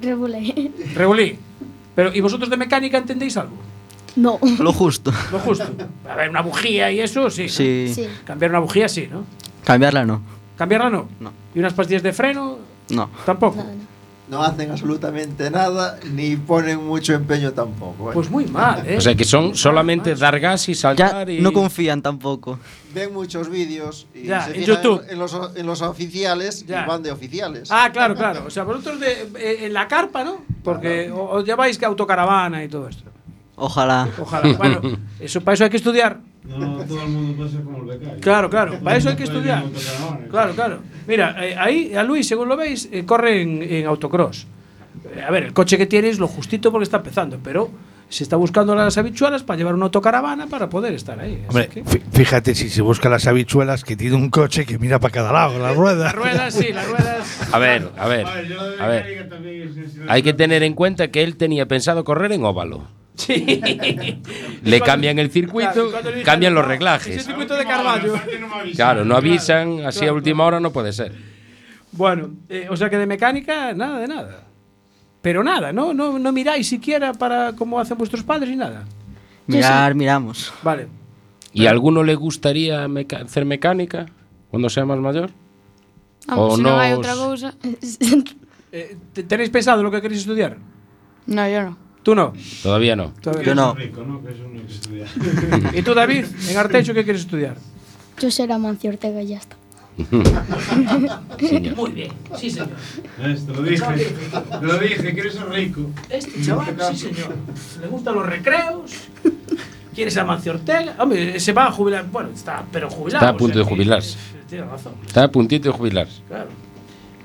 [SPEAKER 8] Regulé.
[SPEAKER 2] regulí. Pero, ¿y vosotros de mecánica entendéis algo?
[SPEAKER 8] No.
[SPEAKER 9] Lo justo.
[SPEAKER 2] Lo justo. A ver, una bujía y eso, sí. ¿no?
[SPEAKER 9] Sí. Sí.
[SPEAKER 2] Cambiar una bujía, sí, ¿no?
[SPEAKER 9] Cambiarla no.
[SPEAKER 2] ¿Cambiarla no? No. ¿Y unas pastillas de freno?
[SPEAKER 9] No.
[SPEAKER 2] Tampoco.
[SPEAKER 10] no hacen absolutamente nada ni ponen mucho empeño tampoco. ¿eh?
[SPEAKER 2] Pues muy mal,
[SPEAKER 3] O sea que son
[SPEAKER 2] Ah,
[SPEAKER 3] solamente dar gas y saltar y.
[SPEAKER 9] No confían tampoco.
[SPEAKER 10] Ven muchos vídeos y
[SPEAKER 2] Ya,
[SPEAKER 10] se
[SPEAKER 2] en
[SPEAKER 10] fijan
[SPEAKER 2] YouTube.
[SPEAKER 10] En, los, en los oficiales
[SPEAKER 2] Ya.
[SPEAKER 10] y van de oficiales.
[SPEAKER 2] Ah, claro, claro. O sea, vosotros de, eh, en la carpa, ¿no? Porque os lleváis que autocaravana y todo esto.
[SPEAKER 9] Ojalá.
[SPEAKER 2] Ojalá. Bueno, eso, para eso hay que estudiar.
[SPEAKER 12] No, todo el mundo puede ser como ¿eh? el becario.
[SPEAKER 2] Claro, claro. Para eso hay que
[SPEAKER 12] Puede
[SPEAKER 2] estudiar.
[SPEAKER 12] ir motocaravanas.
[SPEAKER 2] Claro, claro. Mira, eh, ahí a Luis, según lo veis, eh, corre en, en autocross. Eh, a ver, el coche que tiene es lo justito porque está empezando, pero se está buscando las habichuelas para llevar una autocaravana para poder estar ahí. ¿eh? Así
[SPEAKER 4] Hombre,
[SPEAKER 2] que-
[SPEAKER 4] fí- fíjate si se busca las habichuelas que tiene un coche que mira para cada lado, la rueda.
[SPEAKER 2] Las ruedas, sí, las ruedas.
[SPEAKER 3] A ver, a ver. A ver. Hay que tener en cuenta que él tenía pensado correr en óvalo.
[SPEAKER 2] Sí.
[SPEAKER 3] Le cambian el circuito, cambian los
[SPEAKER 2] Ese
[SPEAKER 3] reglajes.
[SPEAKER 2] circuito de Carvalho.
[SPEAKER 3] Claro, no avisan, así a
[SPEAKER 2] Claro,
[SPEAKER 3] última hora no puede ser.
[SPEAKER 2] Bueno, eh, o sea que de mecánica, nada de nada. Pero nada, ¿no? No, no miráis siquiera para cómo hacen vuestros padres ni nada.
[SPEAKER 9] Mirar, miramos.
[SPEAKER 2] Vale.
[SPEAKER 3] ¿Y a alguno le gustaría meca- hacer mecánica cuando sea más mayor?
[SPEAKER 2] Ah, pues
[SPEAKER 11] Vamos, se non hai
[SPEAKER 3] os-
[SPEAKER 11] outra cousa.
[SPEAKER 2] Eh, ¿te- ¿Tenéis pensado lo que queréis estudiar?
[SPEAKER 11] No, yo no.
[SPEAKER 2] ¿Tú no?
[SPEAKER 3] Todavía no.
[SPEAKER 2] Todavía Yo no. ¿Y tú, David? ¿En Artecho qué quieres estudiar?
[SPEAKER 8] Yo seré Amancio Ortega y ya está.
[SPEAKER 3] Señor.
[SPEAKER 2] Muy bien, sí, señor.
[SPEAKER 12] ¿Ves? Te lo dije. Te lo dije, quiero ser rico.
[SPEAKER 2] Este chaval, sí, señor. Le gustan los recreos. ¿Quieres a Mancio Ortega? Hombre, se va a jubilar. Bueno, está, pero jubilado.
[SPEAKER 3] Está a
[SPEAKER 2] o
[SPEAKER 3] punto
[SPEAKER 2] sea
[SPEAKER 3] de
[SPEAKER 2] que-
[SPEAKER 3] jubilarse.
[SPEAKER 2] Tiene razón,
[SPEAKER 3] Está a puntito de jubilarse.
[SPEAKER 2] claro.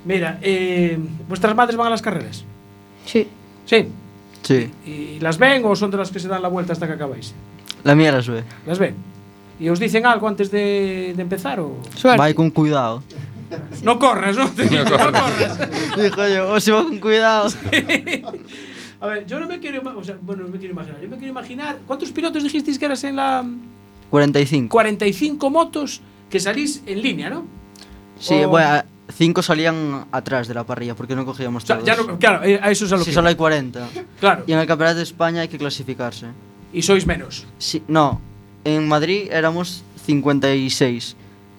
[SPEAKER 2] Mira, eh, ¿vuestras madres van a las carreras?
[SPEAKER 11] Sí.
[SPEAKER 2] Sí.
[SPEAKER 9] Sí.
[SPEAKER 2] ¿Y las ven o son de las que se dan la vuelta hasta que acabáis?
[SPEAKER 9] La mía las ve.
[SPEAKER 2] ¿Las ven? ¿Y os dicen algo antes de, de empezar o...?
[SPEAKER 9] Va con cuidado.
[SPEAKER 2] No corras, ¿no? No corras.
[SPEAKER 9] Dijo yo, o si va con cuidado.
[SPEAKER 2] A ver, yo no me quiero, ima- o sea, bueno, no me quiero imaginar. Yo me quiero imaginar cuántos pilotos dijisteis que eras en la
[SPEAKER 9] 45.
[SPEAKER 2] 45 motos que salís en línea, ¿no?
[SPEAKER 9] Sí,
[SPEAKER 2] O-
[SPEAKER 9] bueno, cinco salían atrás de la parrilla porque no cogíamos
[SPEAKER 2] sea,
[SPEAKER 9] todos.
[SPEAKER 2] ya no- claro, eh, a eso es a lo
[SPEAKER 9] Sí,
[SPEAKER 2] que
[SPEAKER 9] solo
[SPEAKER 2] iba.
[SPEAKER 9] hay 40.
[SPEAKER 2] Claro.
[SPEAKER 9] Y en el Campeonato de España hay que clasificarse.
[SPEAKER 2] Y sois menos.
[SPEAKER 9] Sí, no, en Madrid éramos 56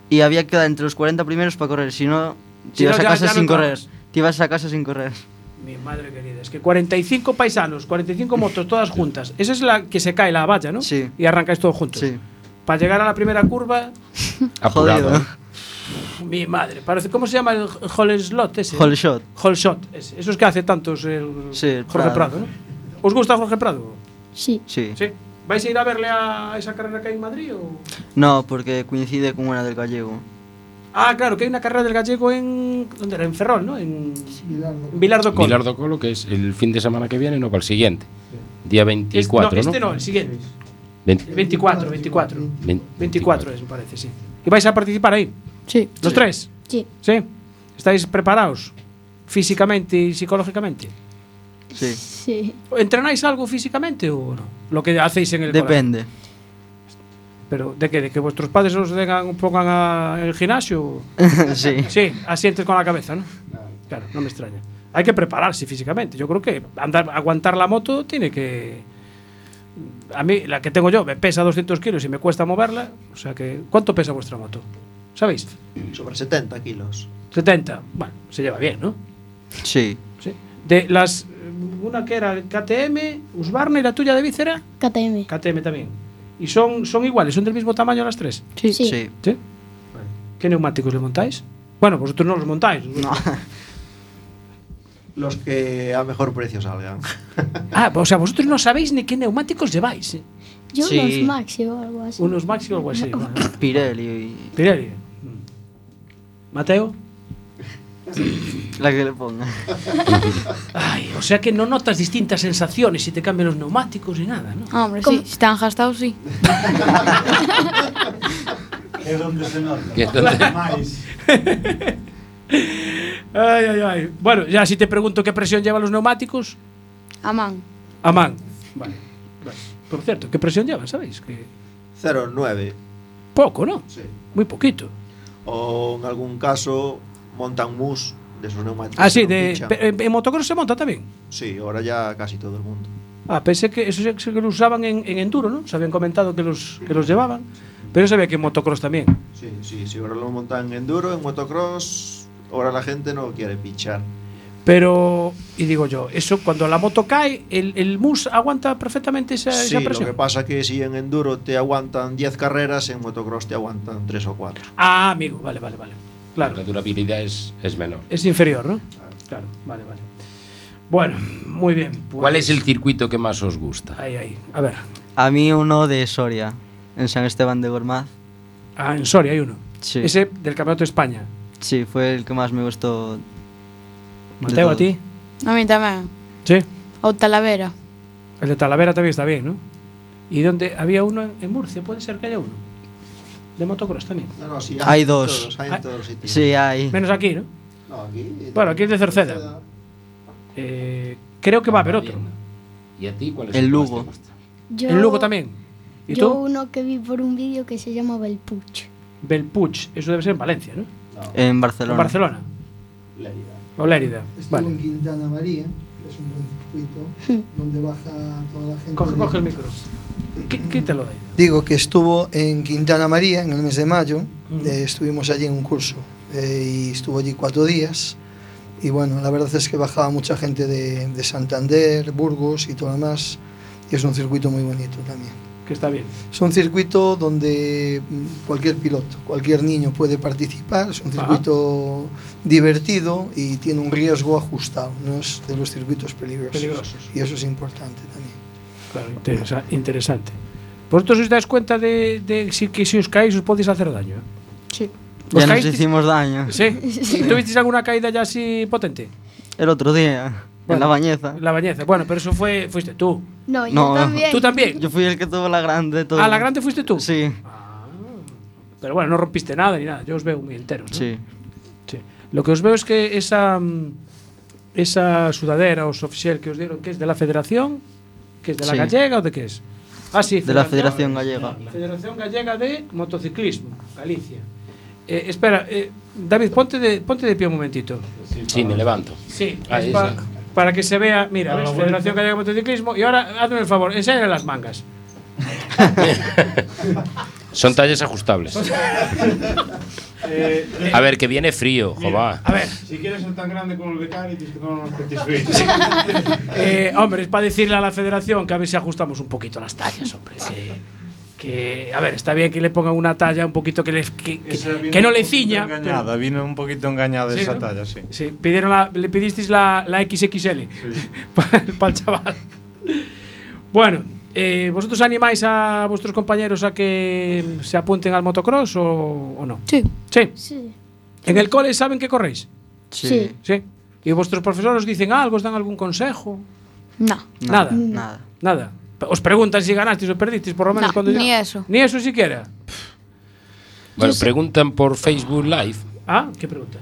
[SPEAKER 9] y había que quedar entre los 40 primeros para correr, si no te
[SPEAKER 2] Si
[SPEAKER 9] ibas
[SPEAKER 2] no,
[SPEAKER 9] a
[SPEAKER 2] ya-
[SPEAKER 9] casa
[SPEAKER 2] ya no
[SPEAKER 9] sin correr.
[SPEAKER 2] corres.
[SPEAKER 9] Te ibas a casa sin correr.
[SPEAKER 2] Mi madre querida, es que 45 paisanos, 45 motos todas juntas. Esa es la que se cae la valla, ¿no? Sí. Y arrancáis todos juntos. Sí. Para llegar a la primera curva,
[SPEAKER 3] Apurado.
[SPEAKER 9] Jodido.
[SPEAKER 2] mi madre, parece ¿cómo se llama el hole slot ese?
[SPEAKER 9] Hole shot.
[SPEAKER 2] Hole shot, ese. Eso es que hace tantos el Jorge
[SPEAKER 9] Prado.
[SPEAKER 2] Prado, ¿no? ¿Os gusta Jorge Prado?
[SPEAKER 8] Sí.
[SPEAKER 9] Sí.
[SPEAKER 2] Sí. ¿Vais a ir a verle a esa carrera que hay en Madrid o
[SPEAKER 9] No, porque coincide con una del gallego.
[SPEAKER 2] Ah, claro, que hay una carrera del gallego en dónde era? En Ferrol, ¿no? En Vilardo Col.
[SPEAKER 3] Milardo Colo, que es el fin de semana que viene, no para el siguiente. Día
[SPEAKER 2] Este-
[SPEAKER 3] 24,
[SPEAKER 2] no, este
[SPEAKER 3] ¿no?
[SPEAKER 2] no, el siguiente.
[SPEAKER 3] Veinte-
[SPEAKER 2] El 24, 24.
[SPEAKER 3] vein-
[SPEAKER 2] 24 es, me parece, sí. ¿Y vais a participar ahí?
[SPEAKER 8] Sí.
[SPEAKER 2] ¿Los
[SPEAKER 8] Sí.
[SPEAKER 2] tres?
[SPEAKER 8] Sí.
[SPEAKER 2] ¿Sí? ¿Estáis preparados físicamente y psicológicamente?
[SPEAKER 9] Sí.
[SPEAKER 8] Sí.
[SPEAKER 2] ¿Entrenáis algo físicamente o no? Lo que hacéis en el
[SPEAKER 9] Depende.
[SPEAKER 2] colegio. ¿Pero de qué? ¿De que vuestros padres os tengan, pongan a- el gimnasio?
[SPEAKER 9] sí.
[SPEAKER 2] Sí, asientes con la cabeza, ¿no? Claro, no me extraña. Hay que prepararse físicamente. Yo creo que andar, aguantar la moto tiene que... A mí, la que tengo yo, me pesa 200 kilos y me cuesta moverla. O sea que... ¿Cuánto pesa vuestra moto? ¿Sabéis?
[SPEAKER 10] Sobre 70 kilos.
[SPEAKER 2] 70. Bueno, se lleva bien, ¿no?
[SPEAKER 9] Sí.
[SPEAKER 2] De las... eh, Una que era el KTM, Husqvarna y la tuya de Vícera.
[SPEAKER 8] KTM.
[SPEAKER 2] KTM también. ¿Y son, son iguales? ¿Son del mismo tamaño las tres?
[SPEAKER 8] Sí. Sí.
[SPEAKER 9] Sí.
[SPEAKER 2] Vale. ¿Qué neumáticos le montáis? Bueno, vosotros no los montáis.
[SPEAKER 10] Los que a mejor precio salgan.
[SPEAKER 2] Ah, o sea, vosotros no sabéis ni qué neumáticos lleváis. eh.
[SPEAKER 8] Yo
[SPEAKER 2] Sí.
[SPEAKER 8] unos Maxi o algo así.
[SPEAKER 2] Unos Maxi o algo así.
[SPEAKER 8] No.
[SPEAKER 2] vale.
[SPEAKER 9] Pirelli.
[SPEAKER 2] Pirelli. Mateo.
[SPEAKER 9] La que le ponga.
[SPEAKER 2] Ay, o sea que no notas distintas sensaciones si te cambian los neumáticos ni nada, ¿no?
[SPEAKER 11] Hombre,
[SPEAKER 2] ¿Cómo?
[SPEAKER 11] sí, si están gastados, sí.
[SPEAKER 12] Es donde se nota.
[SPEAKER 3] Que es donde-
[SPEAKER 12] Más.
[SPEAKER 2] Ay, ay, ay. Bueno, ya si te pregunto qué presión llevan los neumáticos,
[SPEAKER 11] Amán.
[SPEAKER 2] Amán. Vale. vale. Por cierto, ¿qué presión llevan? ¿Sabéis? Que
[SPEAKER 10] 0,9.
[SPEAKER 2] poco, ¿no? Muy poquito.
[SPEAKER 10] O en algún caso montan mus de esos neumáticos.
[SPEAKER 2] Ah, sí,
[SPEAKER 10] que no
[SPEAKER 2] de,
[SPEAKER 10] pinchan.
[SPEAKER 2] pe- en, en motocross se monta también.
[SPEAKER 10] Sí, ahora ya casi todo el mundo.
[SPEAKER 2] Ah, pensé que eso sí que lo usaban en, en enduro, ¿no? Se habían comentado que los, que los llevaban. Pero yo sabía que en motocross también.
[SPEAKER 10] Sí, sí, sí, ahora lo montan en enduro, en motocross. Ahora la gente no quiere pinchar.
[SPEAKER 2] Pero, y digo yo, eso cuando la moto cae, el, el mus aguanta perfectamente esa,
[SPEAKER 10] Sí,
[SPEAKER 2] esa
[SPEAKER 10] lo
[SPEAKER 2] Ah, presión.
[SPEAKER 10] que pasa que si en enduro te aguantan 10 carreras, en motocross te aguantan 3 o 4.
[SPEAKER 2] Ah, amigo, vale, vale, vale.
[SPEAKER 3] La durabilidad es, es menor.
[SPEAKER 2] Es inferior, ¿no? Claro, vale, vale. Bueno, muy bien. pues-
[SPEAKER 3] ¿Cuál es el circuito que más os gusta?
[SPEAKER 2] Ahí, ahí. A ver.
[SPEAKER 9] A mí uno de Soria, en San Esteban de Gormaz.
[SPEAKER 2] Ah, en Soria hay uno.
[SPEAKER 9] Sí.
[SPEAKER 2] Ese del Campeonato de España.
[SPEAKER 9] Sí, fue el que más me gustó. de
[SPEAKER 2] Mateo, ¿a
[SPEAKER 9] todo.
[SPEAKER 2] ti?
[SPEAKER 11] A mí tamén.
[SPEAKER 2] Sí.
[SPEAKER 11] O Talavera.
[SPEAKER 2] El de Talavera también está bien, ¿no? ¿Y dónde había uno en- en Murcia? ¿Puede ser que haya uno? De motocross también. Ah,
[SPEAKER 10] No, no, sí,
[SPEAKER 9] Hay dos.
[SPEAKER 10] hay en todos los sitios.
[SPEAKER 9] Sí, hay.
[SPEAKER 2] Menos aquí, ¿no?
[SPEAKER 10] No, aquí.
[SPEAKER 2] Bueno, aquí es de Cerceda. Eh, creo que va a haber otro.
[SPEAKER 3] ¿Y a ti cuál
[SPEAKER 9] El Lugo.
[SPEAKER 8] Yo-
[SPEAKER 2] ¿En Lugo también? ¿Y
[SPEAKER 8] yo
[SPEAKER 2] tú?
[SPEAKER 8] uno que vi por un vídeo que se llamaba El Puch.
[SPEAKER 2] Belpuig. Eso debe ser en Valencia, ¿no?
[SPEAKER 9] En Barcelona.
[SPEAKER 2] En Barcelona. O Lérida.
[SPEAKER 13] Estuvo
[SPEAKER 2] Vale.
[SPEAKER 13] en Quintana María, que es un buen circuito, donde baja toda la gente.
[SPEAKER 2] Coge, coge el micro. Qui- Quítalo de ahí.
[SPEAKER 7] Digo que estuvo en Quintana María en el mes de mayo, eh, estuvimos allí en un curso eh, y estuvo allí cuatro días. Y bueno, la verdad es que bajaba mucha gente de, de Santander, Burgos y todo lo demás. Y es un circuito muy bonito también.
[SPEAKER 2] Que está bien.
[SPEAKER 7] Es un circuito donde mm, cualquier piloto, cualquier niño puede participar. Es un
[SPEAKER 2] Ajá.
[SPEAKER 7] circuito divertido y tiene un riesgo ajustado. No es de los circuitos peligrosos.
[SPEAKER 2] Peligrosos.
[SPEAKER 7] Y eso es importante también.
[SPEAKER 2] Claro, interesa- interesante. ¿Vosotros os dais cuenta de, de si, que si os caéis os podéis hacer daño?
[SPEAKER 11] Sí.
[SPEAKER 2] ¿Os
[SPEAKER 9] Ya nos
[SPEAKER 2] caísteis?
[SPEAKER 9] hicimos daño.
[SPEAKER 2] ¿Sí? ¿Y ¿Tuvisteis alguna caída ya así potente?
[SPEAKER 9] El otro día, en la bañeza.
[SPEAKER 2] La bañeza. Bueno, pero eso fue, fuiste tú.
[SPEAKER 8] No, yo
[SPEAKER 9] No, no.
[SPEAKER 8] también.
[SPEAKER 2] ¿Tú también?
[SPEAKER 9] Yo fui el que tuvo la grande. Todo.
[SPEAKER 2] ¿A la grande fuiste tú? Ah.
[SPEAKER 9] Sí.
[SPEAKER 2] Pero bueno, no rompiste nada ni nada. Yo os veo muy enteros. ¿no?
[SPEAKER 9] Sí.
[SPEAKER 2] Sí. Lo que os veo es que esa, mm, esa sudadera o oficial que os dieron, ¿qué es? ¿De la federación? ¿Que es de la
[SPEAKER 9] Sí.
[SPEAKER 2] gallega o de qué es? Ah, sí.
[SPEAKER 9] De la Federación Gallega.
[SPEAKER 2] Federación Gallega de Motociclismo, Galicia. Eh, espera, eh, David, ponte de, ponte de pie un momentito.
[SPEAKER 3] Sí, me levanto.
[SPEAKER 2] Sí,
[SPEAKER 3] Ahí
[SPEAKER 2] es pa-
[SPEAKER 3] está.
[SPEAKER 2] para que se vea. Mira,
[SPEAKER 3] A la
[SPEAKER 2] ¿ves?
[SPEAKER 3] vuelta.
[SPEAKER 2] Federación Gallega de Motociclismo. Y ahora, hazme el favor, enséñale las mangas.
[SPEAKER 3] Son talles ajustables.
[SPEAKER 12] Eh,
[SPEAKER 3] A ver, que viene frío,
[SPEAKER 12] mira,
[SPEAKER 2] Ah.
[SPEAKER 3] jova.
[SPEAKER 12] Si quieres ser tan grande como el becario, tienes que tomar unos petit suisse.
[SPEAKER 2] Eh, hombre, es para decirle a la federación que a ver si ajustamos un poquito las tallas, hombre. Que, que, a ver, está bien que le pongan una talla un poquito que, les- que, que-
[SPEAKER 12] Esa vino
[SPEAKER 2] que no
[SPEAKER 12] un
[SPEAKER 2] le
[SPEAKER 12] poquito
[SPEAKER 2] ciña.
[SPEAKER 12] engañada,
[SPEAKER 2] pero-
[SPEAKER 12] vino un poquito engañada
[SPEAKER 2] Sí,
[SPEAKER 12] esa
[SPEAKER 2] ¿no?
[SPEAKER 12] talla, sí.
[SPEAKER 2] Sí, pidieron la- le pidisteis la, la XXL para, el chaval. Bueno, eh, ¿vosotros animáis a vuestros compañeros a que se apunten al motocross o, o no?
[SPEAKER 11] Sí.
[SPEAKER 2] Sí.
[SPEAKER 8] Sí.
[SPEAKER 2] ¿En el cole saben que corréis?
[SPEAKER 9] Sí. Sí.
[SPEAKER 2] ¿Y vuestros profesores os dicen algo? ¿Os dan algún consejo?
[SPEAKER 11] No.
[SPEAKER 2] Nada.
[SPEAKER 9] Nada.
[SPEAKER 2] Nada. Os preguntan si ganasteis o perdisteis, por lo menos
[SPEAKER 11] No,
[SPEAKER 2] cuando
[SPEAKER 11] ni
[SPEAKER 2] ya-
[SPEAKER 11] eso.
[SPEAKER 2] Ni eso siquiera. Yo
[SPEAKER 3] Bueno,
[SPEAKER 2] sé-
[SPEAKER 3] preguntan por Facebook Live
[SPEAKER 2] Ah, qué pregunta.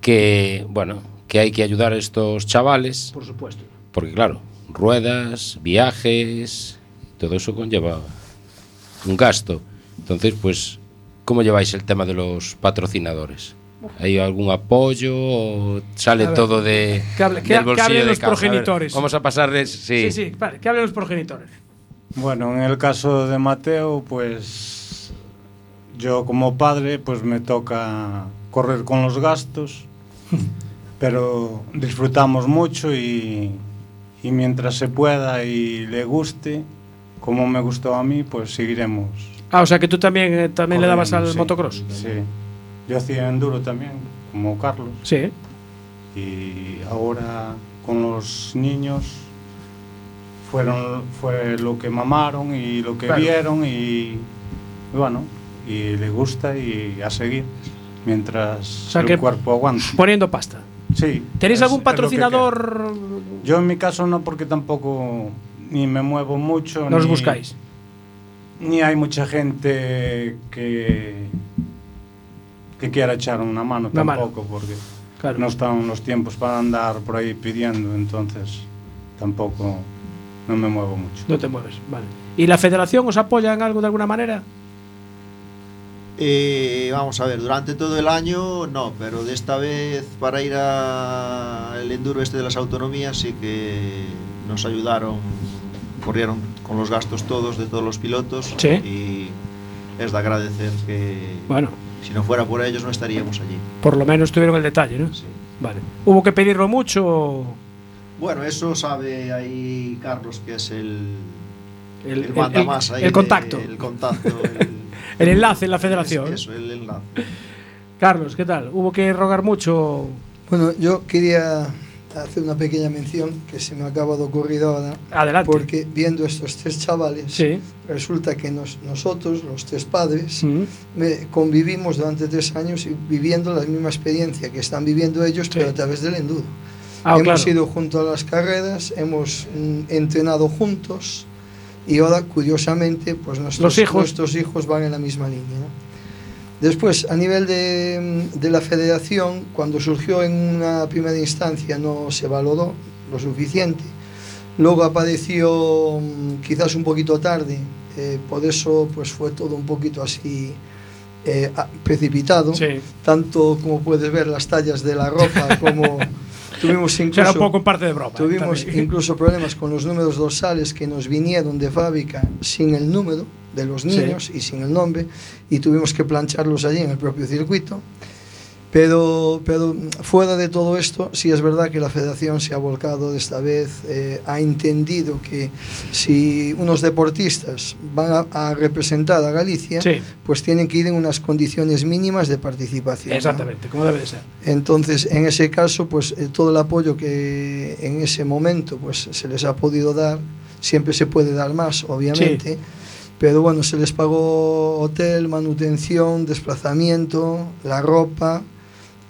[SPEAKER 3] que, bueno, que hay que ayudar a estos chavales,
[SPEAKER 2] Por supuesto.
[SPEAKER 3] porque claro, ruedas, viajes, todo eso conlleva un gasto. Entonces, pues, ¿cómo lleváis el tema de los patrocinadores? ¿Hay algún apoyo o sale
[SPEAKER 2] A ver,
[SPEAKER 3] todo de,
[SPEAKER 2] que hable- que ha- que
[SPEAKER 3] del bolsillo
[SPEAKER 2] hablen
[SPEAKER 3] de
[SPEAKER 2] los
[SPEAKER 3] cada? A ver,
[SPEAKER 2] progenitores.
[SPEAKER 3] vamos a pasarles,
[SPEAKER 2] Sí, sí, vale, que hablen los progenitores.
[SPEAKER 12] Bueno, en el caso de Mateo, pues yo como padre, pues me toca correr con los gastos, pero disfrutamos mucho y, y mientras se pueda y le guste, como me gustó a mí, pues seguiremos.
[SPEAKER 2] Ah, o sea que tú también, eh, también le dabas al
[SPEAKER 12] corriendo, sí.
[SPEAKER 2] motocross.
[SPEAKER 12] Sí. Yo hacía enduro también, como Carlos.
[SPEAKER 2] Sí.
[SPEAKER 12] Y ahora con los niños fueron fue lo que mamaron y lo que
[SPEAKER 2] Claro.
[SPEAKER 12] vieron y bueno, y le gusta y a seguir mientras
[SPEAKER 2] sea
[SPEAKER 12] el
[SPEAKER 2] que
[SPEAKER 12] cuerpo aguante.
[SPEAKER 2] Poniendo pasta.
[SPEAKER 12] Sí.
[SPEAKER 2] ¿Tenéis
[SPEAKER 12] es-
[SPEAKER 2] algún
[SPEAKER 12] es lo que
[SPEAKER 2] patrocinador?
[SPEAKER 12] queda. Yo en mi caso no porque tampoco ni me muevo mucho
[SPEAKER 2] No os
[SPEAKER 12] ni-
[SPEAKER 2] buscáis.
[SPEAKER 12] Ni hay mucha gente que que quiera echar una mano
[SPEAKER 2] Una mano.
[SPEAKER 12] tampoco porque
[SPEAKER 2] Claro.
[SPEAKER 12] no están los tiempos para andar por ahí pidiendo, entonces tampoco no me muevo mucho.
[SPEAKER 2] No te mueves, vale. ¿Y la federación os apoya en algo de alguna manera?
[SPEAKER 10] Eh, vamos a ver, durante todo el año no, pero de esta vez para ir al enduro este de las autonomías sí que nos ayudaron, corrieron con los gastos todos de todos los pilotos
[SPEAKER 2] Sí.
[SPEAKER 10] y es de agradecer que
[SPEAKER 2] Bueno,
[SPEAKER 10] si no fuera por ellos no estaríamos allí.
[SPEAKER 2] por lo menos tuvieron el detalle, ¿no? Vale. ¿Hubo que pedirlo mucho?
[SPEAKER 10] Bueno, eso sabe ahí Carlos, que es el.
[SPEAKER 2] El, el-
[SPEAKER 10] mandamás
[SPEAKER 2] el-
[SPEAKER 10] ahí
[SPEAKER 2] el
[SPEAKER 10] de-
[SPEAKER 2] contacto.
[SPEAKER 10] el contacto.
[SPEAKER 2] El enlace en la federación.
[SPEAKER 10] Eso, el enlace.
[SPEAKER 2] Carlos, ¿qué tal? ¿Hubo que rogar mucho?
[SPEAKER 7] Bueno, yo quería hacer una pequeña mención que se me acaba de ocurrir ahora.
[SPEAKER 2] Adelante.
[SPEAKER 7] Porque viendo estos tres chavales,
[SPEAKER 2] Sí.
[SPEAKER 7] resulta que nos- nosotros, los tres padres,
[SPEAKER 2] Mm.
[SPEAKER 7] me- convivimos durante tres años y viviendo la misma experiencia que están viviendo ellos, pero a través del enduro.
[SPEAKER 2] Ah,
[SPEAKER 7] hemos
[SPEAKER 2] claro.
[SPEAKER 7] ido junto a las carreras, hemos mm, entrenado juntos y ahora, curiosamente, pues nuestros,
[SPEAKER 2] Los hijos.
[SPEAKER 7] nuestros hijos van en la misma línea. ¿no? Después, a nivel de, mm, de la federación, cuando surgió en una primera instancia no se valoró lo suficiente. Luego apareció mm, quizás un poquito tarde, eh, por eso pues fue todo un poquito así eh, a- precipitado. Tanto como puedes ver las tallas de la ropa como tuvimos
[SPEAKER 2] Será
[SPEAKER 7] incluso
[SPEAKER 2] un poco en parte de broma, eh,
[SPEAKER 7] Tuvimos
[SPEAKER 2] también.
[SPEAKER 7] incluso problemas con los números dorsales que nos vinieron de fábrica sin el número de los
[SPEAKER 2] Sí.
[SPEAKER 7] niños y sin el nombre y tuvimos que plancharlos allí en el propio circuito. Pero, pero mm, fuera de todo esto, sí es verdad que la federación se ha volcado esta vez, eh, ha entendido que si unos deportistas van a, a representar a Galicia,
[SPEAKER 2] Sí.
[SPEAKER 7] pues tienen que ir en unas condiciones mínimas de participación. ¿no?
[SPEAKER 2] Exactamente, como debe de ser.
[SPEAKER 7] Entonces, en ese caso, pues eh, todo el apoyo que en ese momento pues se les ha podido dar, siempre se puede dar más, obviamente. Pero bueno, se les pagó hotel, manutención, desplazamiento, la ropa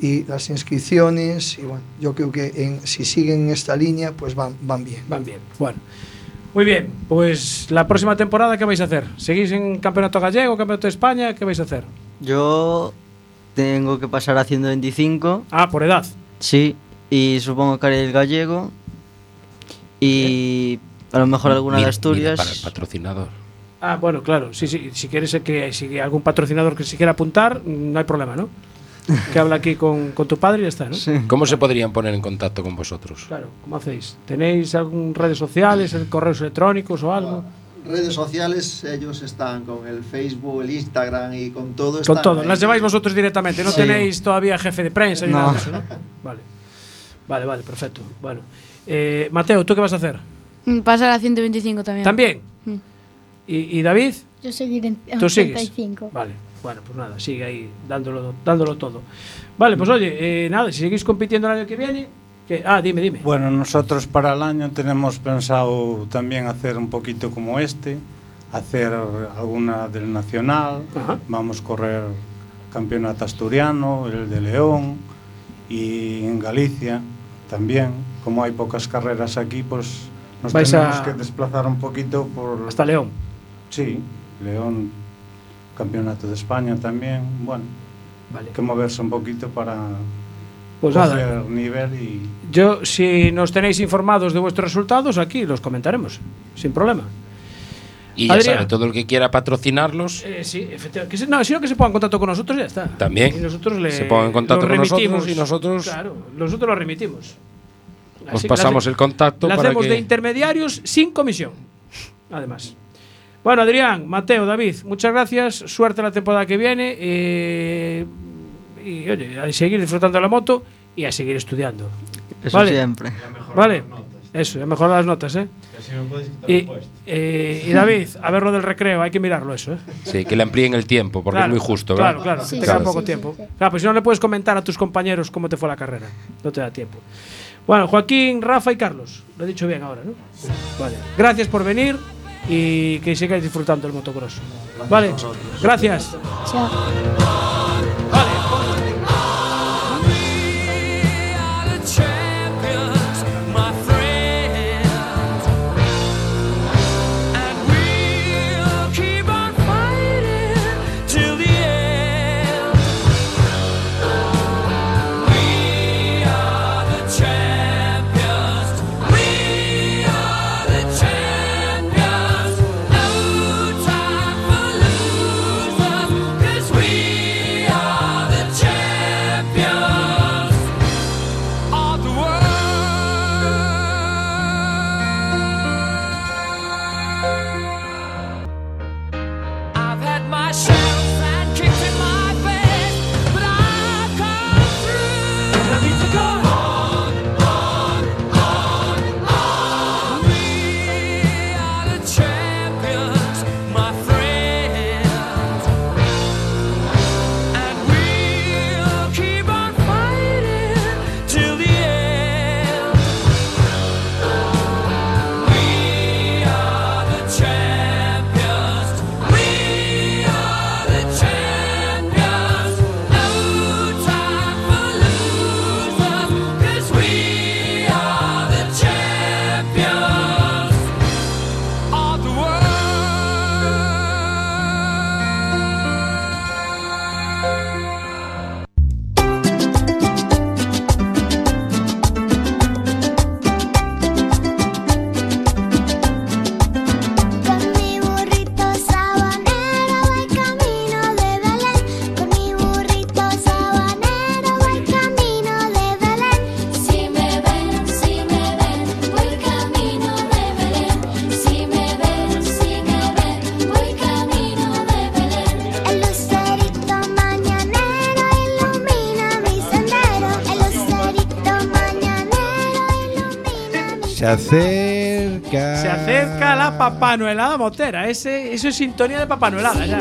[SPEAKER 7] y las inscripciones. Y bueno, yo creo que en- si siguen en esta línea, pues van, van bien.
[SPEAKER 2] Van bien, bueno. Muy bien, pues la próxima temporada, ¿qué vais a hacer? ¿Seguís en Campeonato Gallego, Campeonato de España? ¿Qué vais a hacer?
[SPEAKER 9] Yo tengo que pasar a 125.
[SPEAKER 2] Ah, por edad.
[SPEAKER 9] Sí, y supongo que haré el gallego. Y a lo mejor alguna
[SPEAKER 3] Mira-
[SPEAKER 9] de Asturias.
[SPEAKER 3] mira para el patrocinador.
[SPEAKER 2] Ah, bueno, claro, sí, sí, si quieres eh, que si hay algún patrocinador que se quiera apuntar, mm, no hay problema, ¿no? Que habla aquí con, con tu padre y ya está, ¿no?
[SPEAKER 3] ¿Cómo se podrían poner en contacto con vosotros?
[SPEAKER 2] Claro, ¿cómo hacéis? ¿Tenéis algún redes sociales, correos electrónicos o algo?
[SPEAKER 10] Redes sociales, ellos están con el Facebook, el Instagram y con todo.
[SPEAKER 2] Con
[SPEAKER 10] están
[SPEAKER 2] todo,
[SPEAKER 10] ahí.
[SPEAKER 2] las lleváis vosotros directamente, no
[SPEAKER 10] Sí.
[SPEAKER 2] tenéis todavía jefe de prensa ni
[SPEAKER 10] No.
[SPEAKER 2] nada de eso, ¿no? Vale. Vale, vale, perfecto. Bueno. Eh, Mateo, ¿tú qué vas a hacer?
[SPEAKER 11] Mm, Pasar a 125 también.
[SPEAKER 2] ¿También?
[SPEAKER 11] Mm.
[SPEAKER 2] ¿Y, y David?
[SPEAKER 8] Yo seguiré en en
[SPEAKER 2] ¿Tú sigues?
[SPEAKER 8] 85.
[SPEAKER 2] Vale, bueno, pues nada, sigue ahí dándolo, dándolo todo. Vale, pues oye, eh, nada, si seguís compitiendo el año que viene, que, ah, dime, dime.
[SPEAKER 12] Bueno, nosotros para el año tenemos pensado también hacer un poquito como este, hacer alguna del Nacional, vamos a correr Campeonato Asturiano, el de León y en Galicia también. Como hay pocas carreras aquí, pues nos
[SPEAKER 2] Vais
[SPEAKER 12] tenemos
[SPEAKER 2] a-
[SPEAKER 12] que desplazar un poquito por...
[SPEAKER 2] Hasta León.
[SPEAKER 12] Sí, León, Campeonato de España también, bueno,
[SPEAKER 2] Vale.
[SPEAKER 12] que moverse un poquito para...
[SPEAKER 2] Pues nada.
[SPEAKER 12] coger nivel y
[SPEAKER 2] Yo, si nos tenéis informados de vuestros resultados, aquí los comentaremos, sin problema.
[SPEAKER 3] Y ya
[SPEAKER 2] Adrián.
[SPEAKER 3] sabe, todo el que quiera patrocinarlos
[SPEAKER 2] Eh, sí, efectivamente. Que se- no, sino que se ponga en contacto con nosotros y ya está.
[SPEAKER 3] También.
[SPEAKER 2] Y nosotros le,
[SPEAKER 3] Se ponga en contacto
[SPEAKER 2] lo
[SPEAKER 3] con nosotros
[SPEAKER 2] remitimos.
[SPEAKER 3] y nosotros-
[SPEAKER 2] Claro, nosotros lo remitimos.
[SPEAKER 3] Os
[SPEAKER 2] que
[SPEAKER 3] pasamos
[SPEAKER 2] hace-
[SPEAKER 3] el contacto
[SPEAKER 2] le
[SPEAKER 3] para
[SPEAKER 2] hacemos
[SPEAKER 3] que-
[SPEAKER 2] de intermediarios sin comisión. Además. Bueno, Adrián, Mateo, David, muchas gracias. Suerte la temporada que viene. eh, y oye, a seguir disfrutando de la moto y a seguir estudiando.
[SPEAKER 9] Eso siempre.
[SPEAKER 2] Vale. Eso, ya mejorar las notas, ¿eh?
[SPEAKER 5] así me puedes quitar el
[SPEAKER 2] Y,
[SPEAKER 5] puesto.
[SPEAKER 2] eh, y David, a ver lo del recreo, hay que mirarlo eso, ¿eh?
[SPEAKER 3] sí, que le amplíen el tiempo, porque
[SPEAKER 2] Claro,
[SPEAKER 3] es muy justo, ¿verdad?
[SPEAKER 2] Claro, claro, que tenga poco tiempo. Claro, pues si no le puedes comentar a tus compañeros cómo te fue la carrera. No te da tiempo. Bueno, Joaquín, Rafa y Carlos. Lo he dicho bien ahora, ¿no? Vale. Gracias por venir y que sigáis disfrutando el motocross. Vale. Gracias.
[SPEAKER 8] Chao.
[SPEAKER 14] Champions, no time for losers, 'cause we
[SPEAKER 4] Se acerca.
[SPEAKER 2] Se acerca la papanuelada motera. Ese, eso es sintonía de papanuelada. Ya.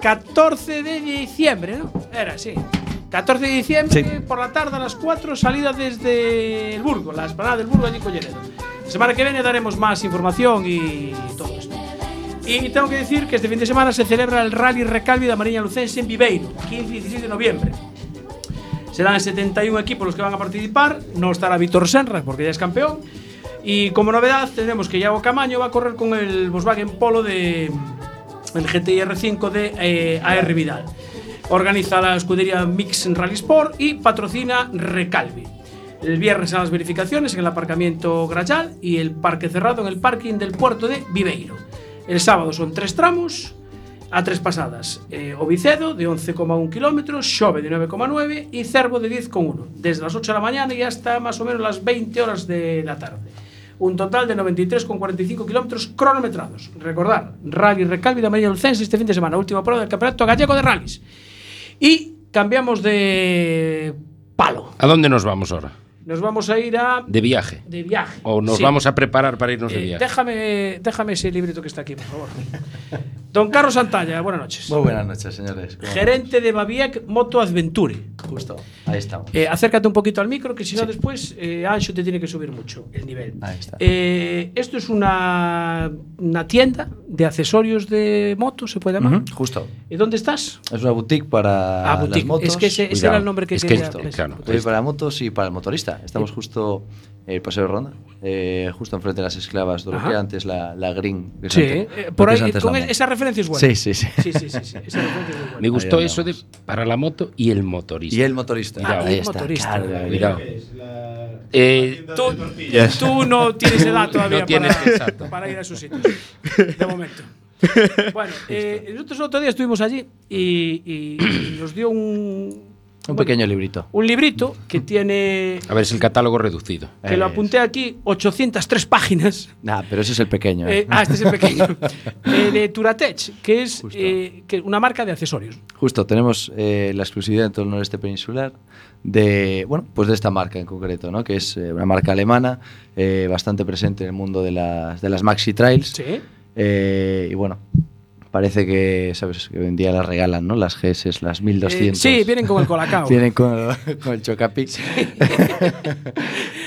[SPEAKER 2] 14 de diciembre, ¿no? Era, sí. 14 de diciembre,
[SPEAKER 14] Sí.
[SPEAKER 2] por la tarde a las 4, salida desde el Burgo, la esplanada del Burgo, allí con Lleredo. La semana que viene daremos más información y todo esto. Y tengo que decir que este fin de semana se celebra el Rally Recalvi de Mariña Lucense en Viveiro, 15 y 16 de noviembre. Serán 71 equipos los que van a participar. No estará Víctor Senra porque ya es campeón. Y como novedad tenemos que Iago Camaño va a correr con el Volkswagen Polo de el GTI R5 de eh, AR Vidal. Organiza la escudería Mix Rally Sport y patrocina Recalvi. El viernes serán las verificaciones en el aparcamiento Grajal y el parque cerrado en el parking del puerto de Viveiro. El sábado son tres tramos a tres pasadas. Eh, Obicedo de 11,1 kilómetros, Xove de 9,9 y Cervo de 10,1. Desde las 8 de la mañana y hasta más o menos las 20 horas de la tarde. Un total de 93,45 kilómetros cronometrados. Recordar, Rally Recalvi de María Lucense este fin de semana, última prueba del Campeonato Gallego de Rallys. Y cambiamos de palo.
[SPEAKER 3] ¿A dónde nos vamos ahora?
[SPEAKER 2] Nos vamos a ir a...
[SPEAKER 3] De viaje.
[SPEAKER 2] De viaje.
[SPEAKER 14] Oh,
[SPEAKER 3] ¿O nos
[SPEAKER 2] Sí.
[SPEAKER 3] vamos a preparar para irnos de
[SPEAKER 2] Eh,
[SPEAKER 3] viaje?
[SPEAKER 2] déjame, déjame ese librito que está aquí, por favor. Don Carlos Santalla, buenas noches.
[SPEAKER 14] Muy buenas noches, señores. ¿Cómo
[SPEAKER 2] Gerente de Baviac Moto Adventure. Justo.
[SPEAKER 14] andan? Ahí estamos.
[SPEAKER 2] acércate un poquito al micro, que si no después eh, Ancho te tiene que subir mucho el nivel.
[SPEAKER 14] Ahí está.
[SPEAKER 2] Eh, esto es una, una tienda de accesorios de moto, se puede llamar.
[SPEAKER 14] Ujú, Justo.
[SPEAKER 2] ¿Y dónde estás?
[SPEAKER 14] Es una boutique para
[SPEAKER 2] Ah, boutique.
[SPEAKER 14] las motos.
[SPEAKER 2] Es que ese- ese era el nombre que Es que, quería
[SPEAKER 14] Justo,
[SPEAKER 2] pensar.
[SPEAKER 14] claro,
[SPEAKER 2] Boutique.
[SPEAKER 14] boutique para motos y para el motorista. Estamos justo en el Paseo de Ronda, eh, justo enfrente de las esclavas, de lo
[SPEAKER 2] Ajá.
[SPEAKER 14] que era antes la, la Green. que es
[SPEAKER 2] Sí,
[SPEAKER 14] antes-
[SPEAKER 2] eh,
[SPEAKER 14] lo
[SPEAKER 2] por
[SPEAKER 14] que es
[SPEAKER 2] ahí,
[SPEAKER 14] antes
[SPEAKER 2] con
[SPEAKER 14] la
[SPEAKER 2] e-
[SPEAKER 14] Moda.
[SPEAKER 2] esa referencia es buena.
[SPEAKER 14] Sí, sí, sí.
[SPEAKER 2] Sí, sí, sí, sí, esa referencia es muy buena.
[SPEAKER 3] Me gustó
[SPEAKER 14] Ahí
[SPEAKER 3] eso de para la moto y el motorista.
[SPEAKER 14] Y el motorista.
[SPEAKER 3] Cuidado.
[SPEAKER 14] Ah, y el motorista.
[SPEAKER 3] Claro, cuidado. Eh,
[SPEAKER 2] Tú, tú no tienes edad todavía
[SPEAKER 3] No tienes,
[SPEAKER 2] para,
[SPEAKER 3] exacto.
[SPEAKER 2] para ir a esos sitios. De momento. Bueno, eh, nosotros el otro día estuvimos allí y, y- y nos dio un,
[SPEAKER 14] Un pequeño librito.
[SPEAKER 2] un librito que tiene,
[SPEAKER 3] A ver, es el catálogo reducido. Eh,
[SPEAKER 2] que lo apunté aquí, 803 páginas.
[SPEAKER 14] Nah, pero ese es el pequeño.
[SPEAKER 2] Eh, ah, este es el pequeño. eh, de Turatech, que es eh, que una marca de accesorios.
[SPEAKER 14] Justo, tenemos eh, la exclusividad en todo el noreste peninsular de, bueno, pues de esta marca en concreto, ¿no? que es eh, una marca alemana eh, bastante presente en el mundo de las, de las maxi trails.
[SPEAKER 2] Sí.
[SPEAKER 14] Eh, y bueno, parece que, ¿sabes? Que hoy en día las regalan, ¿no? Las GS, las 1200.
[SPEAKER 2] Eh, sí, vienen con el colacao.
[SPEAKER 14] vienen con, con el Chocapic.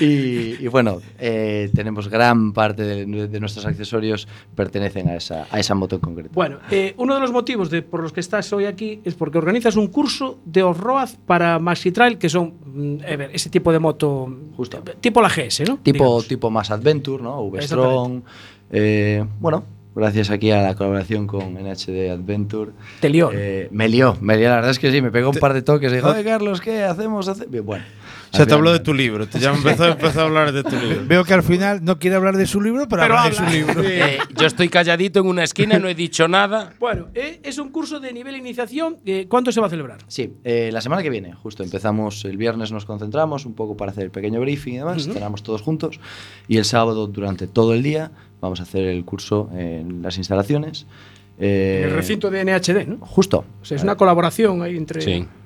[SPEAKER 14] y, y bueno, eh, tenemos gran parte de, de nuestros accesorios pertenecen a esa, a esa moto en concreto.
[SPEAKER 2] Bueno, eh, uno de los motivos de, por los que estás hoy aquí es porque organizas un curso de off-road para Maxi Trail, que son mm, a ver, ese tipo de moto, mm, tipo la GS, ¿no?
[SPEAKER 14] Tipo, tipo más adventure, ¿no? V-Strong. eh, bueno, gracias aquí a la colaboración con NHD Adventure.
[SPEAKER 2] Te lió.
[SPEAKER 14] Eh, me lió, me lió, la verdad es que sí, me pegó un par de toques. Dijo, "Oye, Carlos, ¿qué hacemos? Hace-?" Bien, Bueno.
[SPEAKER 5] O sea,
[SPEAKER 14] al
[SPEAKER 5] te
[SPEAKER 14] final-
[SPEAKER 5] habló de tu libro. Te ya empezó, empezó a hablar de tu libro.
[SPEAKER 4] Veo que al final no quiere hablar de su libro, pero, habla de su libro.
[SPEAKER 3] Eh, yo estoy calladito en una esquina, no he dicho nada.
[SPEAKER 2] Bueno, eh, es un curso de nivel iniciación. eh, ¿Cuánto se va a celebrar?
[SPEAKER 14] Sí, eh, la semana que viene, justo empezamos el viernes, nos concentramos un poco para hacer el pequeño briefing y demás,
[SPEAKER 2] Ujú.
[SPEAKER 14] cenamos todos juntos y el sábado durante todo el día vamos a hacer el curso en las instalaciones. eh,
[SPEAKER 2] En el recinto de NHD, ¿no?
[SPEAKER 14] Justo.
[SPEAKER 2] O sea, es una colaboración ahí entre.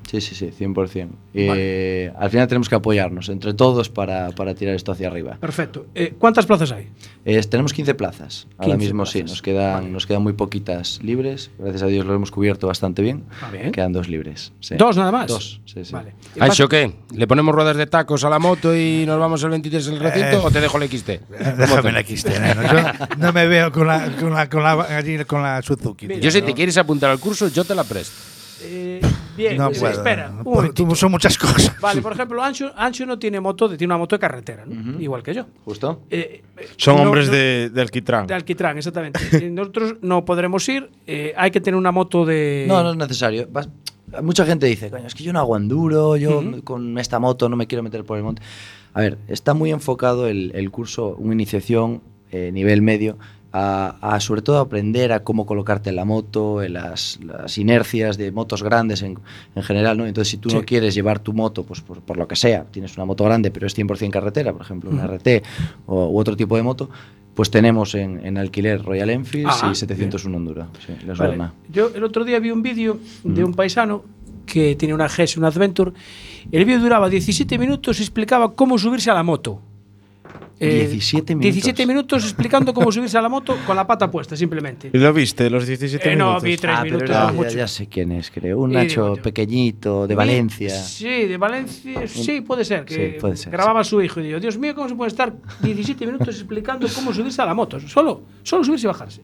[SPEAKER 14] Sí, sí, sí, 100%. Eh, Al final tenemos que apoyarnos entre todos para, para tirar esto hacia arriba.
[SPEAKER 2] Perfecto. Eh, ¿Cuántas plazas hay?
[SPEAKER 14] Eh, tenemos 15 plazas. Ahora
[SPEAKER 2] 15
[SPEAKER 14] mismo sí, nos quedan, nos quedan muy poquitas libres. Gracias a Dios lo hemos cubierto bastante bien.
[SPEAKER 2] Ah, bien.
[SPEAKER 14] Quedan dos libres. sí.
[SPEAKER 2] ¿Dos nada más?
[SPEAKER 14] Dos, sí, sí.
[SPEAKER 2] Vale.
[SPEAKER 3] ¿A eso qué? ¿Le ponemos ruedas de tacos a la moto y nos vamos el 23 al recinto
[SPEAKER 4] Eh,
[SPEAKER 3] o te dejo el XT?
[SPEAKER 4] Déjame la XT, neno. Yo no me veo con la, con la, con la, allí con la Suzuki. tío.
[SPEAKER 3] Yo si te quieres apuntar al curso, yo te la presto.
[SPEAKER 2] Eh, bien,
[SPEAKER 4] No
[SPEAKER 2] pues,
[SPEAKER 4] puedo,
[SPEAKER 2] espera.
[SPEAKER 4] no
[SPEAKER 2] un
[SPEAKER 4] puedo.
[SPEAKER 2] momentito.
[SPEAKER 4] Son muchas cosas.
[SPEAKER 2] Vale, por ejemplo, Ancho, Ancho no tiene moto, tiene una moto de carretera, ¿no? igual que yo.
[SPEAKER 14] Justo.
[SPEAKER 2] Eh, eh,
[SPEAKER 5] Son
[SPEAKER 2] no-
[SPEAKER 5] hombres
[SPEAKER 2] no-
[SPEAKER 5] de, de alquitrán.
[SPEAKER 2] De Alquitrán, exactamente. Eh, Nosotros no podremos ir, eh, hay que tener una moto de.
[SPEAKER 14] No, no es necesario. Vas- mucha gente dice, coño, es que yo no hago enduro, yo con esta moto no me quiero meter por el monte. A ver, está muy enfocado el, el curso, una iniciación eh, nivel medio, a, a sobre todo aprender a cómo colocarte en la moto, en las, las inercias de motos grandes en, en general, ¿no? Entonces, si tú
[SPEAKER 2] Sí.
[SPEAKER 14] no quieres llevar tu moto, pues por, por lo que sea, tienes una moto grande, pero es 100% carretera, por ejemplo, una
[SPEAKER 2] Ujú.
[SPEAKER 14] RT o, u otro tipo de moto, pues tenemos en, en alquiler Royal Enfield
[SPEAKER 2] Ah,
[SPEAKER 14] y 701 Honduras.
[SPEAKER 2] Vale. Yo el otro día vi un vídeo de un paisano que tiene una GS, una Adventure. El vídeo duraba 17 minutos y explicaba cómo subirse a la moto. eh,
[SPEAKER 14] 17 minutos.
[SPEAKER 2] 17 minutos explicando cómo subirse a la moto con la pata puesta, simplemente.
[SPEAKER 5] ¿Y lo viste, los 17
[SPEAKER 2] Eh, no,
[SPEAKER 5] minutos?
[SPEAKER 2] vi tres
[SPEAKER 14] Ah, pero
[SPEAKER 2] minutos.
[SPEAKER 14] ya-
[SPEAKER 2] no
[SPEAKER 14] ya,
[SPEAKER 2] mucho.
[SPEAKER 14] ya sé quién es, creo. Un
[SPEAKER 2] Y digo
[SPEAKER 14] Nacho
[SPEAKER 2] yo.
[SPEAKER 14] pequeñito de Valencia.
[SPEAKER 2] Sí, de Valencia. Sí, puede ser. Que
[SPEAKER 14] Sí, puede ser,
[SPEAKER 2] grababa su hijo y digo, Dios mío, ¿cómo se puede estar 17 minutos explicando cómo subirse a la moto? Solo, solo subirse y bajarse.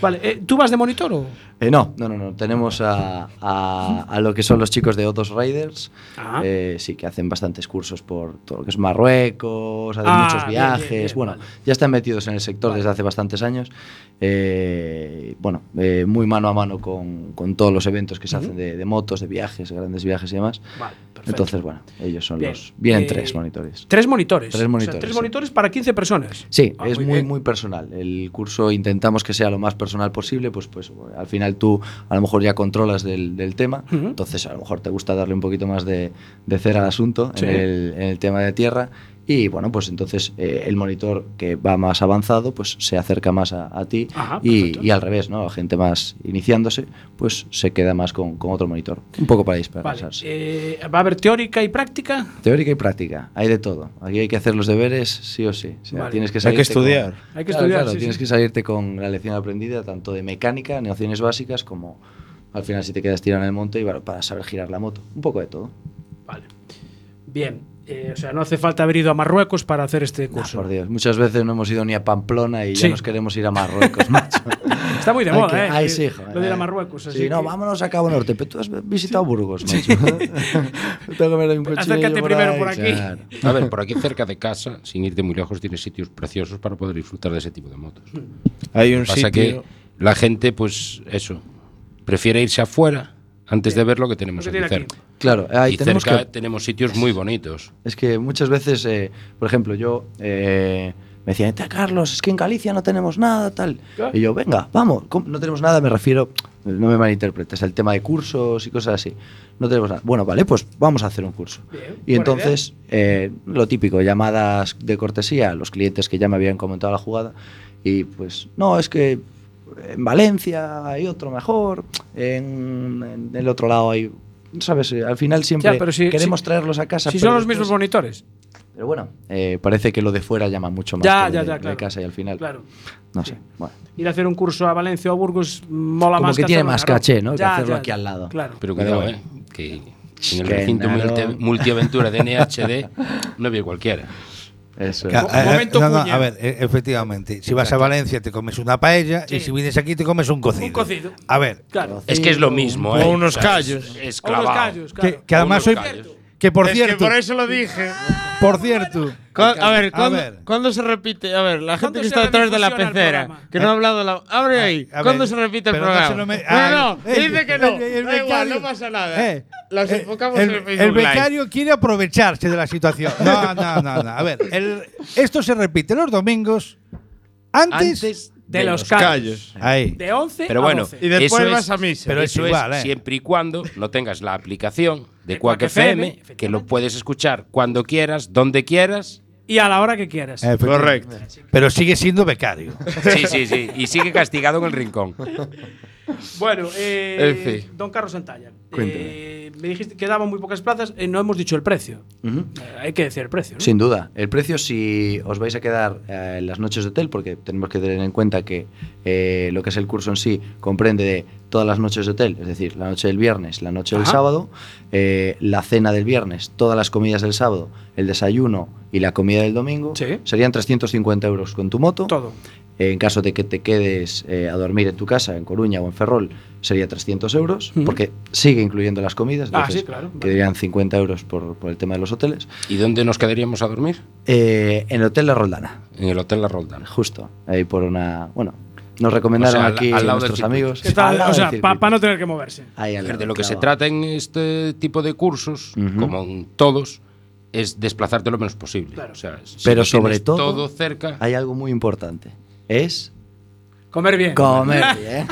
[SPEAKER 2] Vale, eh, ¿tú vas de monitor o?
[SPEAKER 14] Eh, no, no, no, no. Tenemos a, a- a lo que son los chicos de Otos Riders.
[SPEAKER 2] Ah.
[SPEAKER 14] eh, sí, que hacen bastantes cursos por todo lo que es Marruecos, hacen
[SPEAKER 2] Ah,
[SPEAKER 14] muchos
[SPEAKER 2] bien, bien,
[SPEAKER 14] viajes.
[SPEAKER 2] bien,
[SPEAKER 14] bueno,
[SPEAKER 2] vale.
[SPEAKER 14] ya están metidos en el sector desde hace bastantes años. Eh, bueno, eh, muy mano a mano con, con todos los eventos que se
[SPEAKER 2] Ujú.
[SPEAKER 14] hacen de, de motos, de viajes, grandes viajes y demás.
[SPEAKER 2] Vale, perfecto.
[SPEAKER 14] Entonces, bueno, ellos son
[SPEAKER 2] Bien,
[SPEAKER 14] los. Vienen
[SPEAKER 2] eh,
[SPEAKER 14] tres monitores.
[SPEAKER 2] Tres monitores.
[SPEAKER 14] Tres
[SPEAKER 2] O sea,
[SPEAKER 14] monitores.
[SPEAKER 2] tres
[SPEAKER 14] sí.
[SPEAKER 2] monitores para 15 personas.
[SPEAKER 14] Sí,
[SPEAKER 2] Ah,
[SPEAKER 14] es
[SPEAKER 2] muy
[SPEAKER 14] muy,
[SPEAKER 2] bien.
[SPEAKER 14] muy personal. El curso intentamos que sea lo más personal posible, pues, pues al final tú a lo mejor ya controlas del, del tema,
[SPEAKER 2] Ujú.
[SPEAKER 14] entonces a lo mejor te gusta darle un poquito más de, de cera al asunto
[SPEAKER 2] Sí.
[SPEAKER 14] en, el, en el tema de tierra. Y bueno, pues entonces eh, el monitor que va más avanzado, pues se acerca más a, a ti
[SPEAKER 2] Ajá,
[SPEAKER 14] y,
[SPEAKER 2] Ah, perfecto.
[SPEAKER 14] y al revés, ¿no? La gente más iniciándose, pues se queda más con, con otro monitor. Un poco para
[SPEAKER 2] Vale,
[SPEAKER 14] dispersarse.
[SPEAKER 2] eh, ¿Va a haber teórica y práctica?
[SPEAKER 14] Teórica y práctica, hay de todo. Aquí hay que hacer los deberes sí o sí. O sea,
[SPEAKER 2] Vale.
[SPEAKER 14] Tienes que
[SPEAKER 5] Hay que
[SPEAKER 14] salirte con-
[SPEAKER 5] estudiar.
[SPEAKER 2] Hay que
[SPEAKER 14] Claro,
[SPEAKER 2] estudiar,
[SPEAKER 14] claro,
[SPEAKER 2] sí,
[SPEAKER 14] tienes
[SPEAKER 2] sí.
[SPEAKER 14] que salirte con la lección aprendida tanto de mecánica, nociones básicas, como al final si te quedas tirado en el monte y bueno, para saber girar la moto. Un poco de todo.
[SPEAKER 2] Bien. eh, o sea, no hace falta haber ido a Marruecos para hacer este
[SPEAKER 14] Ah,
[SPEAKER 2] curso.
[SPEAKER 14] por Dios, muchas veces no hemos ido ni a Pamplona y
[SPEAKER 2] Sí.
[SPEAKER 14] ya nos queremos ir a Marruecos, macho.
[SPEAKER 2] Está muy de
[SPEAKER 14] Hay
[SPEAKER 2] moda,
[SPEAKER 14] que-
[SPEAKER 2] ¿eh?
[SPEAKER 14] ay,
[SPEAKER 2] que
[SPEAKER 14] sí, joder.
[SPEAKER 2] Lo de ir a Marruecos.
[SPEAKER 14] Sí,
[SPEAKER 2] así
[SPEAKER 14] no,
[SPEAKER 2] que-
[SPEAKER 14] vámonos a Cabo Norte, pero tú has visitado Burgos, macho. Tengo que ver un cochillo
[SPEAKER 2] Acércate
[SPEAKER 14] por
[SPEAKER 2] primero
[SPEAKER 14] ahí,
[SPEAKER 2] por aquí.
[SPEAKER 14] claro.
[SPEAKER 3] A ver, por aquí cerca de casa, sin irte muy lejos, tienes sitios preciosos para poder disfrutar de ese tipo de motos.
[SPEAKER 5] Hay un
[SPEAKER 3] Pasa
[SPEAKER 5] sitio...
[SPEAKER 3] que la gente, pues eso, prefiere irse afuera antes de ver lo que tenemos
[SPEAKER 2] Lo
[SPEAKER 3] aquí
[SPEAKER 2] que tiene
[SPEAKER 3] cerca.
[SPEAKER 14] Claro, ahí
[SPEAKER 3] y
[SPEAKER 14] tenemos
[SPEAKER 3] cerca
[SPEAKER 14] que-
[SPEAKER 3] tenemos sitios muy bonitos.
[SPEAKER 14] Es que muchas veces, eh, por ejemplo, yo eh, me decían, "Eta, Carlos, es que en Galicia no tenemos nada, tal.
[SPEAKER 2] ¿Qué?
[SPEAKER 14] Y yo, venga, vamos, ¿cómo? no tenemos nada, me refiero, no me malinterpretes, el tema de cursos y cosas así. No tenemos nada. Bueno, vale, pues vamos a hacer un curso. y
[SPEAKER 2] buena
[SPEAKER 14] entonces, eh, lo típico, llamadas de cortesía a los clientes que ya me habían comentado la jugada. Y pues, no, es que en Valencia hay otro mejor, en, en el otro lado hay... ¿Sabes? Eh, Al final siempre
[SPEAKER 2] Ya, pero si-
[SPEAKER 14] queremos
[SPEAKER 2] si-
[SPEAKER 14] traerlos a casa.
[SPEAKER 2] Si
[SPEAKER 14] pero
[SPEAKER 2] son los
[SPEAKER 14] después-
[SPEAKER 2] mismos monitores.
[SPEAKER 14] pero bueno, eh, parece que lo de fuera llama mucho más
[SPEAKER 2] Ya,
[SPEAKER 14] que lo
[SPEAKER 2] ya,
[SPEAKER 14] de,
[SPEAKER 2] ya,
[SPEAKER 14] de
[SPEAKER 2] claro.
[SPEAKER 14] casa y al final.
[SPEAKER 2] Claro.
[SPEAKER 14] No sé. Bueno.
[SPEAKER 2] Ir a hacer un curso a Valencia o a Burgos mola
[SPEAKER 14] Como
[SPEAKER 2] más.
[SPEAKER 14] que
[SPEAKER 2] hacerlo
[SPEAKER 14] tiene
[SPEAKER 2] en
[SPEAKER 14] más
[SPEAKER 2] Arroz.
[SPEAKER 14] caché, ¿no? que
[SPEAKER 2] Ya,
[SPEAKER 14] hacerlo
[SPEAKER 2] ya,
[SPEAKER 14] aquí al lado.
[SPEAKER 2] Claro.
[SPEAKER 3] Pero cuidado,
[SPEAKER 14] bueno.
[SPEAKER 3] ¿eh? Que en el
[SPEAKER 14] Que
[SPEAKER 3] recinto
[SPEAKER 14] nada.
[SPEAKER 3] multi- multiaventura de NHD no vive cualquiera.
[SPEAKER 14] Eso
[SPEAKER 4] Que, eh, no, no, a ver, e- efectivamente. Si vas a Valencia te comes una paella y si vienes aquí te comes un cocido.
[SPEAKER 2] Un cocido.
[SPEAKER 4] A ver.
[SPEAKER 2] Claro.
[SPEAKER 3] Es que es lo mismo, ¿eh?
[SPEAKER 5] O unos
[SPEAKER 3] O sea, es-
[SPEAKER 5] callos.
[SPEAKER 3] Es
[SPEAKER 2] O unos
[SPEAKER 3] clavado.
[SPEAKER 2] callos,
[SPEAKER 4] Que,
[SPEAKER 2] claro.
[SPEAKER 4] que además soy.
[SPEAKER 3] Unos callos.
[SPEAKER 4] Que por
[SPEAKER 5] Es
[SPEAKER 4] cierto.
[SPEAKER 5] que por eso lo dije.
[SPEAKER 4] por cierto.
[SPEAKER 5] Cu- A ver,
[SPEAKER 4] A
[SPEAKER 5] ¿cuándo,
[SPEAKER 4] ver.
[SPEAKER 5] cuándo se repite? A ver, la
[SPEAKER 2] ¿Cuándo
[SPEAKER 5] gente que
[SPEAKER 2] se
[SPEAKER 5] está detrás de la
[SPEAKER 2] redifusiona el
[SPEAKER 5] pecera,
[SPEAKER 2] programa?
[SPEAKER 5] que no ha hablado la... Abre ahí.
[SPEAKER 4] Ah. a
[SPEAKER 5] ¿Cuándo
[SPEAKER 4] ver,
[SPEAKER 5] se repite el
[SPEAKER 4] pero no
[SPEAKER 5] programa?
[SPEAKER 4] se lo me-
[SPEAKER 5] Bueno, no,
[SPEAKER 4] Ay,
[SPEAKER 5] dice
[SPEAKER 4] el-
[SPEAKER 5] que no.
[SPEAKER 4] el- el
[SPEAKER 5] da igual,
[SPEAKER 4] becario-
[SPEAKER 5] no pasa nada.
[SPEAKER 4] Eh,
[SPEAKER 5] Las
[SPEAKER 4] eh,
[SPEAKER 5] enfocamos
[SPEAKER 4] el,
[SPEAKER 5] en el
[SPEAKER 4] el
[SPEAKER 5] Facebook Live.
[SPEAKER 4] becario quiere aprovecharse de la situación. No, no, no, no. A ver, el- esto se repite los domingos antes.
[SPEAKER 2] De los callos.
[SPEAKER 4] Ahí.
[SPEAKER 2] De 11
[SPEAKER 3] Pero
[SPEAKER 2] a
[SPEAKER 3] bueno,
[SPEAKER 2] 12.
[SPEAKER 5] Y después
[SPEAKER 3] eso
[SPEAKER 5] vas
[SPEAKER 3] es-
[SPEAKER 5] a misa.
[SPEAKER 4] Pero es
[SPEAKER 3] eso
[SPEAKER 4] igual,
[SPEAKER 3] es
[SPEAKER 4] ¿eh?
[SPEAKER 3] siempre y cuando no tengas la aplicación de
[SPEAKER 2] De
[SPEAKER 3] Quack
[SPEAKER 2] Quack FM,
[SPEAKER 3] FM, que lo puedes escuchar cuando quieras, donde quieras.
[SPEAKER 2] Y a la hora que quieras.
[SPEAKER 4] Efectivamente.
[SPEAKER 5] Correcto.
[SPEAKER 4] Pero sigue siendo becario.
[SPEAKER 3] Sí, sí, sí. Y sigue castigado en el rincón.
[SPEAKER 2] Bueno, eh,
[SPEAKER 3] En fin.
[SPEAKER 2] don Carlos Santalla.
[SPEAKER 14] Cuéntame.
[SPEAKER 2] eh, me dijiste que daban muy pocas plazas. eh, no hemos dicho el precio.
[SPEAKER 14] Ujú.
[SPEAKER 2] Eh, hay que decir el precio. ¿no?
[SPEAKER 14] Sin duda. El precio, si os vais a quedar eh, en las noches de hotel, porque tenemos que tener en cuenta que eh, lo que es el curso en sí comprende de todas las noches de hotel, es decir, la noche del viernes, la noche del
[SPEAKER 2] Ajá.
[SPEAKER 14] sábado, eh, la cena del viernes, todas las comidas del sábado, el desayuno y la comida del domingo,
[SPEAKER 2] Sí.
[SPEAKER 14] serían 350 euros con tu moto.
[SPEAKER 2] Todo.
[SPEAKER 14] En caso de que te quedes eh, a dormir en tu casa, en Coruña o en Ferrol, sería 300 euros,
[SPEAKER 2] Ujú.
[SPEAKER 14] porque sigue incluyendo las comidas,
[SPEAKER 2] Ah,
[SPEAKER 14] entonces
[SPEAKER 2] sí, claro, vale.
[SPEAKER 14] quedarían 50 euros por, por el tema de los hoteles.
[SPEAKER 3] ¿Y dónde nos quedaríamos a dormir?
[SPEAKER 14] Eh, en el Hotel La Roldana,
[SPEAKER 3] En el Hotel La Roldana.
[SPEAKER 14] justo, ahí por una... Bueno, nos recomendaron
[SPEAKER 3] O sea, al-
[SPEAKER 14] aquí
[SPEAKER 3] al lado del
[SPEAKER 14] nuestros
[SPEAKER 3] circuito.
[SPEAKER 14] amigos.
[SPEAKER 2] ¿Qué tal?
[SPEAKER 14] Al lado
[SPEAKER 2] o sea,
[SPEAKER 14] del
[SPEAKER 2] para
[SPEAKER 14] circuito.
[SPEAKER 2] no tener que moverse.
[SPEAKER 14] Ahí al
[SPEAKER 3] A ver,
[SPEAKER 14] lado,
[SPEAKER 3] de lo que se
[SPEAKER 14] clavado.
[SPEAKER 3] trata en este tipo de cursos,
[SPEAKER 14] Ujú.
[SPEAKER 3] como en todos, es desplazarte lo menos posible. O sea, si
[SPEAKER 14] Pero
[SPEAKER 3] lo
[SPEAKER 14] sobre
[SPEAKER 3] tienes
[SPEAKER 14] todo,
[SPEAKER 3] todo cerca
[SPEAKER 14] hay algo muy importante, es
[SPEAKER 2] Comer bien.
[SPEAKER 14] comer bien.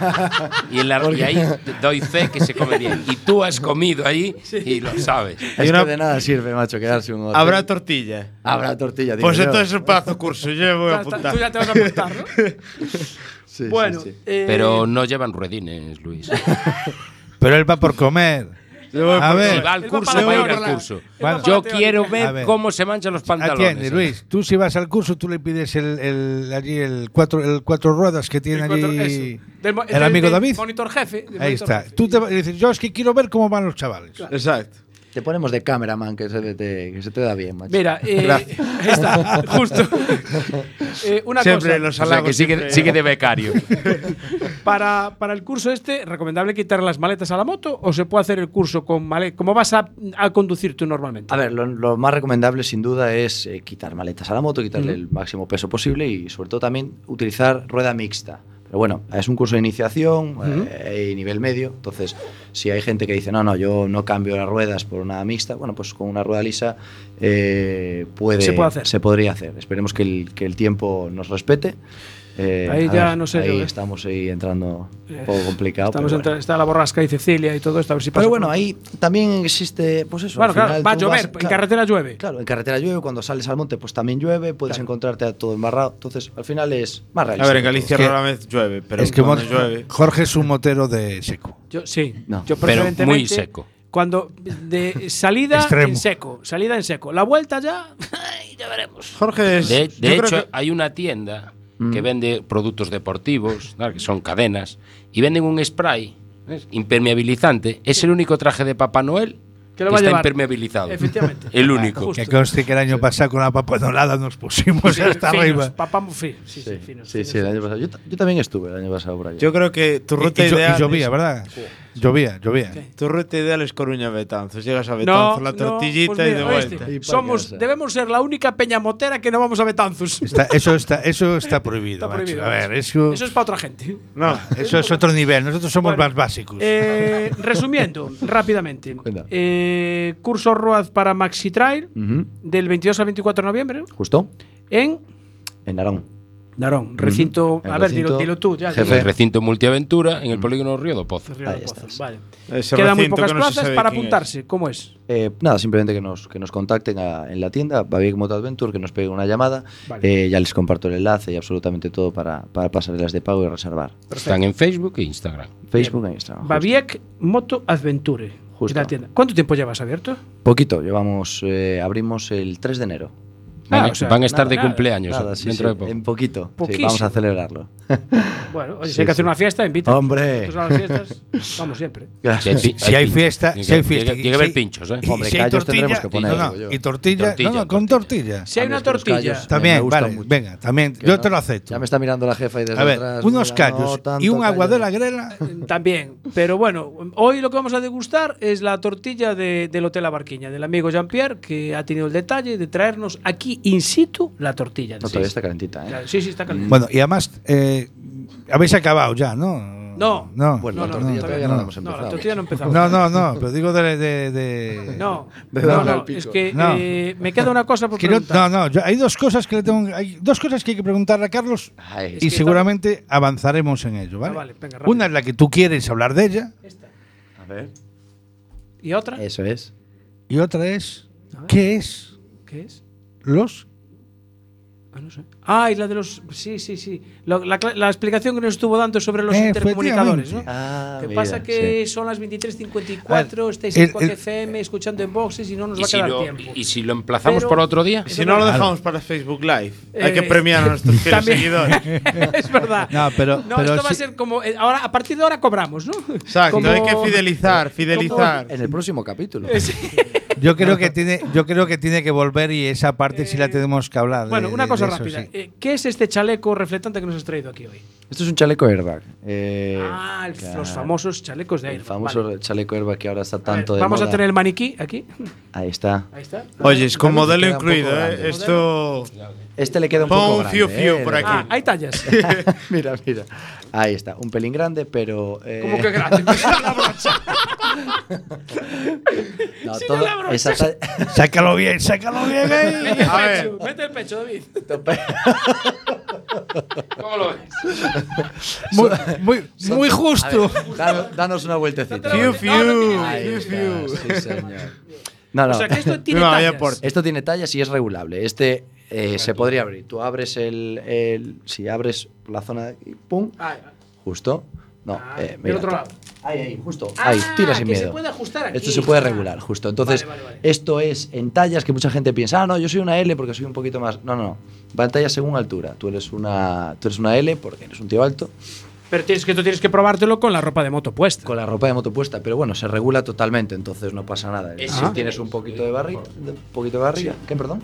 [SPEAKER 3] y, en la- y
[SPEAKER 14] Porque-
[SPEAKER 3] ahí te doy fe que se come bien. Y tú has comido ahí y lo sabes.
[SPEAKER 14] Es
[SPEAKER 5] una-
[SPEAKER 14] que de nada sirve, macho, quedarse un hotel.
[SPEAKER 5] Habrá tortilla.
[SPEAKER 14] Habrá tortilla, digo
[SPEAKER 5] Pues
[SPEAKER 14] yo.
[SPEAKER 5] entonces es un pedazo de curso. Yo me voy a
[SPEAKER 2] Tú ya- tú ya
[SPEAKER 5] apuntar.
[SPEAKER 2] te vas a apuntar, ¿no?
[SPEAKER 14] Sí, sí,
[SPEAKER 2] bueno,
[SPEAKER 14] sí.
[SPEAKER 2] eh,
[SPEAKER 3] Pero no llevan ruedines, Luis.
[SPEAKER 4] Pero él va por comer. A ver.
[SPEAKER 3] Si va
[SPEAKER 4] Él
[SPEAKER 3] al
[SPEAKER 4] va
[SPEAKER 3] curso,
[SPEAKER 4] para la
[SPEAKER 3] va a ir
[SPEAKER 4] teoría.
[SPEAKER 3] al curso.
[SPEAKER 4] Vale.
[SPEAKER 3] Yo quiero
[SPEAKER 4] A
[SPEAKER 3] ver
[SPEAKER 4] ver.
[SPEAKER 3] cómo se manchan los pantalones. ¿eh?
[SPEAKER 4] Atiende, Luis. Tú si vas al curso, tú le pides el, el- allí el cuatro, el cuatro ruedas que tiene
[SPEAKER 2] cuatro-
[SPEAKER 4] allí
[SPEAKER 2] eso. Del mo-
[SPEAKER 4] el
[SPEAKER 2] del-
[SPEAKER 4] amigo
[SPEAKER 2] del
[SPEAKER 4] David.
[SPEAKER 2] monitor jefe, del
[SPEAKER 4] Ahí
[SPEAKER 2] monitor
[SPEAKER 4] está.
[SPEAKER 2] jefe.
[SPEAKER 4] Tú te vas- y dices, yo es que quiero ver cómo van los chavales.
[SPEAKER 5] Exacto.
[SPEAKER 14] Te ponemos de cameraman, que se te, que se te da bien, macho.
[SPEAKER 2] Mira, eh,
[SPEAKER 14] Gracias.
[SPEAKER 2] está, justo. Eh, una cosa.
[SPEAKER 3] O sea, que sigue, sigue de becario.
[SPEAKER 2] Para, para el curso este, ¿recomendable quitar las maletas a la moto o se puede hacer el curso con maletas? ¿Cómo vas a, a conducir tú normalmente?
[SPEAKER 14] A ver, lo, lo más recomendable sin duda es eh, quitar maletas a la moto, quitarle
[SPEAKER 2] Ujú.
[SPEAKER 14] el máximo peso posible y sobre todo también utilizar rueda mixta. Pero bueno, es un curso de iniciación eh, y nivel medio, entonces si hay gente que dice, no, no, yo no cambio las ruedas por una mixta, bueno, pues con una rueda lisa eh, puede,
[SPEAKER 2] Se puede hacer.
[SPEAKER 14] se podría hacer. Esperemos que el, que el tiempo nos respete. Eh,
[SPEAKER 2] Ahí
[SPEAKER 14] a
[SPEAKER 2] ya no sé
[SPEAKER 14] Ahí
[SPEAKER 2] yo, eh.
[SPEAKER 14] estamos ahí entrando
[SPEAKER 2] Eh,
[SPEAKER 14] un poco complicado. pero
[SPEAKER 2] Estamos
[SPEAKER 14] Ah, pues bueno.
[SPEAKER 2] entre- está la borrasca y Cecilia y todo esto, a ver si pasa.
[SPEAKER 14] Pero bueno, ahí también existe, pues eso.
[SPEAKER 2] Bueno,
[SPEAKER 14] al
[SPEAKER 2] claro,
[SPEAKER 14] final
[SPEAKER 2] va a
[SPEAKER 14] tú
[SPEAKER 2] llover,
[SPEAKER 14] vas-
[SPEAKER 2] en
[SPEAKER 14] claro,
[SPEAKER 2] carretera llueve.
[SPEAKER 14] Claro, en carretera llueve, cuando sales al monte, pues también llueve, puedes encontrarte a todo embarrado. Entonces, al final es más realista.
[SPEAKER 5] A ver, en Galicia
[SPEAKER 14] todo.
[SPEAKER 5] rara vez llueve, pero
[SPEAKER 4] es que
[SPEAKER 5] cuando
[SPEAKER 4] Mon-
[SPEAKER 5] llueve.
[SPEAKER 4] Jorge es un motero de seco.
[SPEAKER 2] Yo, sí,
[SPEAKER 4] No.
[SPEAKER 2] yo
[SPEAKER 4] Pero
[SPEAKER 2] preferentemente
[SPEAKER 4] muy seco.
[SPEAKER 2] Cuando de salida
[SPEAKER 4] Extremo.
[SPEAKER 2] en seco, salida en seco. La vuelta ya, ay, ya veremos.
[SPEAKER 5] Jorge es.
[SPEAKER 3] De, de
[SPEAKER 2] yo creo
[SPEAKER 3] hecho,
[SPEAKER 2] que-
[SPEAKER 3] hay una tienda que
[SPEAKER 2] Mm.
[SPEAKER 3] vende productos deportivos, ¿no? que son cadenas, y venden un spray ¿ves? impermeabilizante. Es el único traje de Papá Noel
[SPEAKER 2] Que
[SPEAKER 3] que,
[SPEAKER 2] lo va a
[SPEAKER 3] está
[SPEAKER 2] llevar.
[SPEAKER 3] impermeabilizado.
[SPEAKER 2] Efectivamente.
[SPEAKER 3] El único.
[SPEAKER 4] Que conste que el año pasado con la papadonada nos pusimos hasta
[SPEAKER 2] Finos,
[SPEAKER 4] arriba.
[SPEAKER 2] Papá muy fino, sí, sí,
[SPEAKER 14] Sí,
[SPEAKER 2] finos,
[SPEAKER 14] sí,
[SPEAKER 2] finos.
[SPEAKER 14] sí, el año pasado. Yo, ta- yo también estuve el año pasado por allí.
[SPEAKER 5] Yo creo que tu
[SPEAKER 4] Y-
[SPEAKER 5] ruta
[SPEAKER 4] y llo- y
[SPEAKER 5] ideal.
[SPEAKER 4] llovía,
[SPEAKER 5] es-
[SPEAKER 4] ¿verdad? Llovía, llovía.
[SPEAKER 5] Tu ruta ideal es Coruña-Betanzos. Llegas a
[SPEAKER 2] No,
[SPEAKER 5] Betanzos, la
[SPEAKER 2] no,
[SPEAKER 5] tortillita
[SPEAKER 2] pues
[SPEAKER 5] y de
[SPEAKER 2] mira, oíste,
[SPEAKER 5] vuelta.
[SPEAKER 2] somos, debemos ser la única peñamotera que no vamos a Betanzos.
[SPEAKER 4] Está- eso, está, eso está prohibido,
[SPEAKER 2] Está
[SPEAKER 4] macho.
[SPEAKER 2] prohibido,
[SPEAKER 4] A ver,
[SPEAKER 2] macho.
[SPEAKER 4] eso,
[SPEAKER 2] Eso es para otra gente.
[SPEAKER 5] No,
[SPEAKER 4] eso es otro nivel. Nosotros somos
[SPEAKER 2] Bueno,
[SPEAKER 4] más básicos.
[SPEAKER 2] Eh, resumiendo rápidamente,
[SPEAKER 14] Cuenta.
[SPEAKER 2] Eh, curso Road para Maxi Trail
[SPEAKER 14] Ujú,
[SPEAKER 2] del 22 al 24 de noviembre
[SPEAKER 14] Justo,
[SPEAKER 2] en
[SPEAKER 14] Ah, en Narón.
[SPEAKER 2] Narón, recinto.
[SPEAKER 14] Ujú.
[SPEAKER 2] A
[SPEAKER 14] El
[SPEAKER 2] ver, dilo,
[SPEAKER 14] recinto,
[SPEAKER 2] dilo tú. Ya,
[SPEAKER 3] En el recinto Multiaventura, en el polígono Río do Pozo.
[SPEAKER 2] dilo. Vale.
[SPEAKER 5] Ese
[SPEAKER 2] Quedan muy
[SPEAKER 5] recinto
[SPEAKER 2] pocas
[SPEAKER 5] que no se
[SPEAKER 2] plazas
[SPEAKER 5] sabe
[SPEAKER 2] para
[SPEAKER 5] quién es.
[SPEAKER 2] apuntarse. ¿Cómo es?
[SPEAKER 14] Eh, nada, simplemente que nos, que nos contacten a- en la tienda, Babic Moto Adventure, que nos peguen una llamada.
[SPEAKER 2] Vale.
[SPEAKER 14] Eh, ya les comparto el enlace y absolutamente todo para, para pasarelas de pago y reservar.
[SPEAKER 3] Están en Facebook e Instagram.
[SPEAKER 14] Facebook e Instagram.
[SPEAKER 2] Babiek Moto Adventure.
[SPEAKER 14] Justo.
[SPEAKER 2] Es la tienda. ¿Cuánto tiempo llevas abierto?
[SPEAKER 14] Poquito, llevamos, eh, abrimos el 3 de enero.
[SPEAKER 3] Van a- Ah, van a estar de cumpleaños,
[SPEAKER 14] nada, sí,
[SPEAKER 3] dentro
[SPEAKER 14] sí,
[SPEAKER 3] de poco.
[SPEAKER 14] En poquito. sí,
[SPEAKER 2] Poquísimo.
[SPEAKER 14] vamos a celebrarlo.
[SPEAKER 2] Bueno, oye, si
[SPEAKER 14] Sí,
[SPEAKER 2] hay que
[SPEAKER 14] sí.
[SPEAKER 2] hacer una fiesta, invita.
[SPEAKER 14] Hombre.
[SPEAKER 2] Nosotros a las fiestas vamos siempre.
[SPEAKER 14] Claro.
[SPEAKER 4] Si- si hay fiesta,
[SPEAKER 3] Tiene
[SPEAKER 4] si hay
[SPEAKER 3] que-
[SPEAKER 4] fiesta.
[SPEAKER 3] tiene que- tiene que haber pinchos, ¿eh?
[SPEAKER 4] y
[SPEAKER 3] Hombre,
[SPEAKER 4] si hay
[SPEAKER 3] callos tendremos
[SPEAKER 4] tortilla-
[SPEAKER 3] que poner,
[SPEAKER 4] no, no,
[SPEAKER 3] digo yo.
[SPEAKER 4] y tortilla,
[SPEAKER 3] Tortilla,
[SPEAKER 4] no, no, con tortilla.
[SPEAKER 2] Si hay una tortilla.
[SPEAKER 4] También, vale, venga, también, yo te lo acepto.
[SPEAKER 14] Ya me está mirando la jefa y desde
[SPEAKER 4] A ver,
[SPEAKER 14] atrás,
[SPEAKER 4] unos
[SPEAKER 14] mira, no,
[SPEAKER 4] callos
[SPEAKER 14] tanto
[SPEAKER 4] y un
[SPEAKER 14] callo.
[SPEAKER 4] agua de la grela. eh,
[SPEAKER 2] También. Pero bueno, hoy lo que vamos a degustar es la tortilla de- del Hotel La Barquiña, del amigo Jean-Pierre, que ha tenido el detalle de traernos aquí in situ la tortilla.
[SPEAKER 14] No, todavía está calentita, ¿eh?
[SPEAKER 2] Claro, Sí, sí, está caliente.
[SPEAKER 4] Bueno, y además, eh, habéis acabado ya, ¿no?
[SPEAKER 2] No.
[SPEAKER 4] No,
[SPEAKER 2] Bueno, la
[SPEAKER 4] no,
[SPEAKER 2] tortilla
[SPEAKER 4] no,
[SPEAKER 2] todavía
[SPEAKER 4] no.
[SPEAKER 2] no la hemos empezado. No, la tortilla no empezamos.
[SPEAKER 4] No, no, no, pero digo de. de, de-
[SPEAKER 2] No,
[SPEAKER 4] de
[SPEAKER 2] no,
[SPEAKER 4] darle
[SPEAKER 2] no,
[SPEAKER 4] al pico.
[SPEAKER 2] es que
[SPEAKER 4] No.
[SPEAKER 2] eh, me queda una cosa por
[SPEAKER 4] Que no-
[SPEAKER 2] preguntar.
[SPEAKER 4] no, no, yo- hay dos cosas que le tengo, hay dos cosas que hay que preguntarle a Carlos
[SPEAKER 14] Ay,
[SPEAKER 4] y
[SPEAKER 2] Es que
[SPEAKER 4] seguramente avanzaremos en ello, ¿vale?
[SPEAKER 2] Ah, vale, venga, rápido.
[SPEAKER 4] Una es la que tú quieres hablar de ella
[SPEAKER 14] A ver.
[SPEAKER 2] ¿Y otra?
[SPEAKER 14] Eso es.
[SPEAKER 4] y otra es ¿qué es
[SPEAKER 2] ¿Qué es?
[SPEAKER 4] los
[SPEAKER 2] Ah, no sé. Ah, y la de los. Sí, sí, sí. Lo- La, cla- la explicación que nos estuvo dando sobre los
[SPEAKER 4] Eh,
[SPEAKER 2] intercomunicadores, ¿no?
[SPEAKER 4] efectivamente.
[SPEAKER 14] Ah,
[SPEAKER 2] que
[SPEAKER 14] mira,
[SPEAKER 2] pasa que son las 23.54, estáis en
[SPEAKER 4] el-
[SPEAKER 2] Quack
[SPEAKER 4] el-
[SPEAKER 2] FM escuchando en boxes y no nos
[SPEAKER 3] ¿Y
[SPEAKER 2] va a
[SPEAKER 3] si,
[SPEAKER 2] quedar
[SPEAKER 3] lo,
[SPEAKER 2] tiempo.
[SPEAKER 3] y si lo emplazamos
[SPEAKER 2] Pero-
[SPEAKER 3] para otro día.
[SPEAKER 5] Y si no lo dejamos para Facebook Live, hay que
[SPEAKER 2] Eh,
[SPEAKER 5] premiar a nuestros fieles
[SPEAKER 2] también.
[SPEAKER 5] seguidores.
[SPEAKER 2] es verdad.
[SPEAKER 4] No, pero-
[SPEAKER 2] No,
[SPEAKER 4] pero
[SPEAKER 2] esto va a
[SPEAKER 4] sí-
[SPEAKER 2] ser como. eh, Ahora, a partir de ahora cobramos, ¿no?
[SPEAKER 5] Exacto, hay que fidelizar, fidelizar.
[SPEAKER 14] En el próximo capítulo.
[SPEAKER 2] Eh, sí.
[SPEAKER 4] Yo creo que tiene, yo creo que tiene que volver y esa parte sí la tenemos que hablar. de-
[SPEAKER 2] Eh, Bueno, una
[SPEAKER 4] de-
[SPEAKER 2] cosa
[SPEAKER 4] de eso,
[SPEAKER 2] rápida.
[SPEAKER 4] sí.
[SPEAKER 2] Eh, ¿Qué es este chaleco reflectante que nos has traído aquí hoy?
[SPEAKER 14] Esto es un chaleco airbag. Eh,
[SPEAKER 2] ah, el-
[SPEAKER 14] claro,
[SPEAKER 2] los famosos chalecos de
[SPEAKER 14] El
[SPEAKER 2] aire.
[SPEAKER 14] famoso chaleco airbag que ahora está tanto de
[SPEAKER 2] Vamos a
[SPEAKER 14] moda.
[SPEAKER 2] tener el maniquí aquí.
[SPEAKER 14] Ahí está.
[SPEAKER 2] Ahí está.
[SPEAKER 5] Oye, es con
[SPEAKER 14] Realmente
[SPEAKER 5] modelo
[SPEAKER 14] queda un poco
[SPEAKER 5] incluido,
[SPEAKER 14] grande.
[SPEAKER 5] ¿eh? Esto.
[SPEAKER 14] Este le queda un
[SPEAKER 5] Pon
[SPEAKER 14] poco
[SPEAKER 5] un
[SPEAKER 14] grande.
[SPEAKER 5] fiu fiu
[SPEAKER 14] ¿eh?
[SPEAKER 5] por aquí.
[SPEAKER 2] Ah, hay tallas.
[SPEAKER 14] mira, mira. Ahí está. Un pelín grande, pero. eh,
[SPEAKER 2] Como que grande. Pues, La brocha.
[SPEAKER 14] no,
[SPEAKER 2] Si no
[SPEAKER 14] todo-
[SPEAKER 2] la abro,
[SPEAKER 14] esa
[SPEAKER 2] se-
[SPEAKER 14] ta-
[SPEAKER 4] Sácalo bien, sácalo bien ahí.
[SPEAKER 2] Mete el
[SPEAKER 5] A ver.
[SPEAKER 2] pecho, mete el pecho, David. ¿Cómo lo ves?
[SPEAKER 4] Muy, muy, muy justo.
[SPEAKER 14] A ver, dan- danos una vueltecita.
[SPEAKER 5] Fiu fiu,
[SPEAKER 14] Ahí
[SPEAKER 5] fiu
[SPEAKER 14] está,
[SPEAKER 5] fiu.
[SPEAKER 14] sí, señor. No, no.
[SPEAKER 2] O sea, que esto tiene
[SPEAKER 5] Mira, vaya
[SPEAKER 2] tallas.
[SPEAKER 5] por-
[SPEAKER 14] Esto tiene tallas y es regulable. Este eh, se podría abrir. Tú abres el, el- Si abres la zona. y ¡Pum!
[SPEAKER 2] Ah,
[SPEAKER 14] Justo. No, eh,
[SPEAKER 2] del
[SPEAKER 14] mira,
[SPEAKER 2] otro lado.
[SPEAKER 14] Ahí, ahí, justo. Ahí, tira
[SPEAKER 2] Ah, que
[SPEAKER 14] sin miedo.
[SPEAKER 2] se puede ajustar aquí. Ah,
[SPEAKER 14] Esto se puede regular, justo. Entonces, esto es en tallas que mucha gente piensa, ah, no, yo soy una L porque soy un poquito más. No, no, no. Va en tallas según altura. Tú eres una, tú eres una L porque eres un tío alto.
[SPEAKER 2] Pero tienes que, tú tienes que probártelo con la ropa de moto puesta.
[SPEAKER 14] Con la ropa de moto puesta, pero bueno, se regula totalmente, entonces no pasa nada. Si
[SPEAKER 2] Ah.
[SPEAKER 14] Eh, tienes un poquito de barriga, un poquito de barriga, ¿qué, perdón?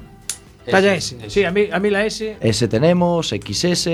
[SPEAKER 14] Eh,
[SPEAKER 2] Talla S. Sí, a mí, a mí la S.
[SPEAKER 14] S tenemos, XS,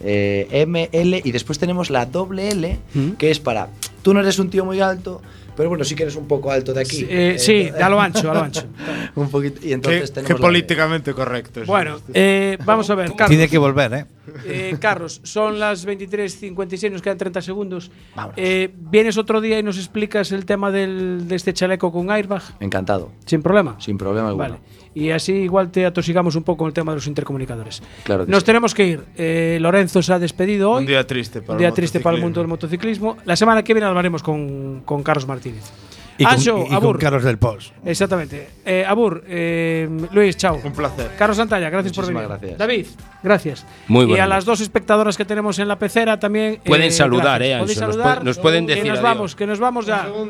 [SPEAKER 14] eh, M, L y después tenemos la doble L,
[SPEAKER 2] Mm.
[SPEAKER 14] que es para. Tú no eres un tío muy alto, pero bueno, sí que eres un poco alto de aquí.
[SPEAKER 2] Sí, eh, sí, a lo ancho, a lo ancho.
[SPEAKER 14] un poquito. Y entonces
[SPEAKER 5] Qué,
[SPEAKER 14] tenemos.
[SPEAKER 5] qué
[SPEAKER 14] la L.
[SPEAKER 5] políticamente correcto.
[SPEAKER 14] Pues
[SPEAKER 5] es
[SPEAKER 2] Bueno,
[SPEAKER 5] esto.
[SPEAKER 2] eh, vamos a ver, Carlos.
[SPEAKER 4] Tiene que volver, ¿eh?
[SPEAKER 2] Eh, Carlos, son las 23.56, nos quedan 30 segundos. Eh, ¿Vienes otro día y nos explicas el tema del, de este chaleco con airbag?
[SPEAKER 14] Encantado.
[SPEAKER 2] ¿Sin problema?
[SPEAKER 14] Sin problema alguno.
[SPEAKER 2] Vale. Y así igual te atosigamos un poco con el tema de los intercomunicadores.
[SPEAKER 14] Claro que
[SPEAKER 2] Nos
[SPEAKER 14] sí.
[SPEAKER 2] tenemos que ir. Eh, Lorenzo se ha despedido hoy.
[SPEAKER 5] Un día triste para
[SPEAKER 2] Un
[SPEAKER 5] el
[SPEAKER 2] día triste para el
[SPEAKER 5] motociclismo.
[SPEAKER 2] mundo del motociclismo. La semana que viene hablaremos con, con Carlos Martínez.
[SPEAKER 4] Y con,
[SPEAKER 2] Anxo,
[SPEAKER 4] y- y con
[SPEAKER 2] Abur.
[SPEAKER 4] Carlos del Pols.
[SPEAKER 2] Exactamente. Eh, Abur, eh, Luis, chao. Un
[SPEAKER 5] placer.
[SPEAKER 2] Carlos Santalla, gracias por
[SPEAKER 14] Muchísimas
[SPEAKER 2] venir.
[SPEAKER 14] gracias.
[SPEAKER 2] David, gracias.
[SPEAKER 3] Muy
[SPEAKER 2] Y
[SPEAKER 3] buena
[SPEAKER 2] a las dos espectadoras que tenemos en la pecera también.
[SPEAKER 3] Pueden
[SPEAKER 2] eh,
[SPEAKER 3] saludar,
[SPEAKER 2] gracias.
[SPEAKER 3] eh, Anxo,
[SPEAKER 2] Podéis
[SPEAKER 3] nos
[SPEAKER 2] saludar.
[SPEAKER 3] pu- nos pueden
[SPEAKER 2] Que
[SPEAKER 3] decir
[SPEAKER 2] nos
[SPEAKER 3] adiós.
[SPEAKER 2] vamos, que nos vamos ya.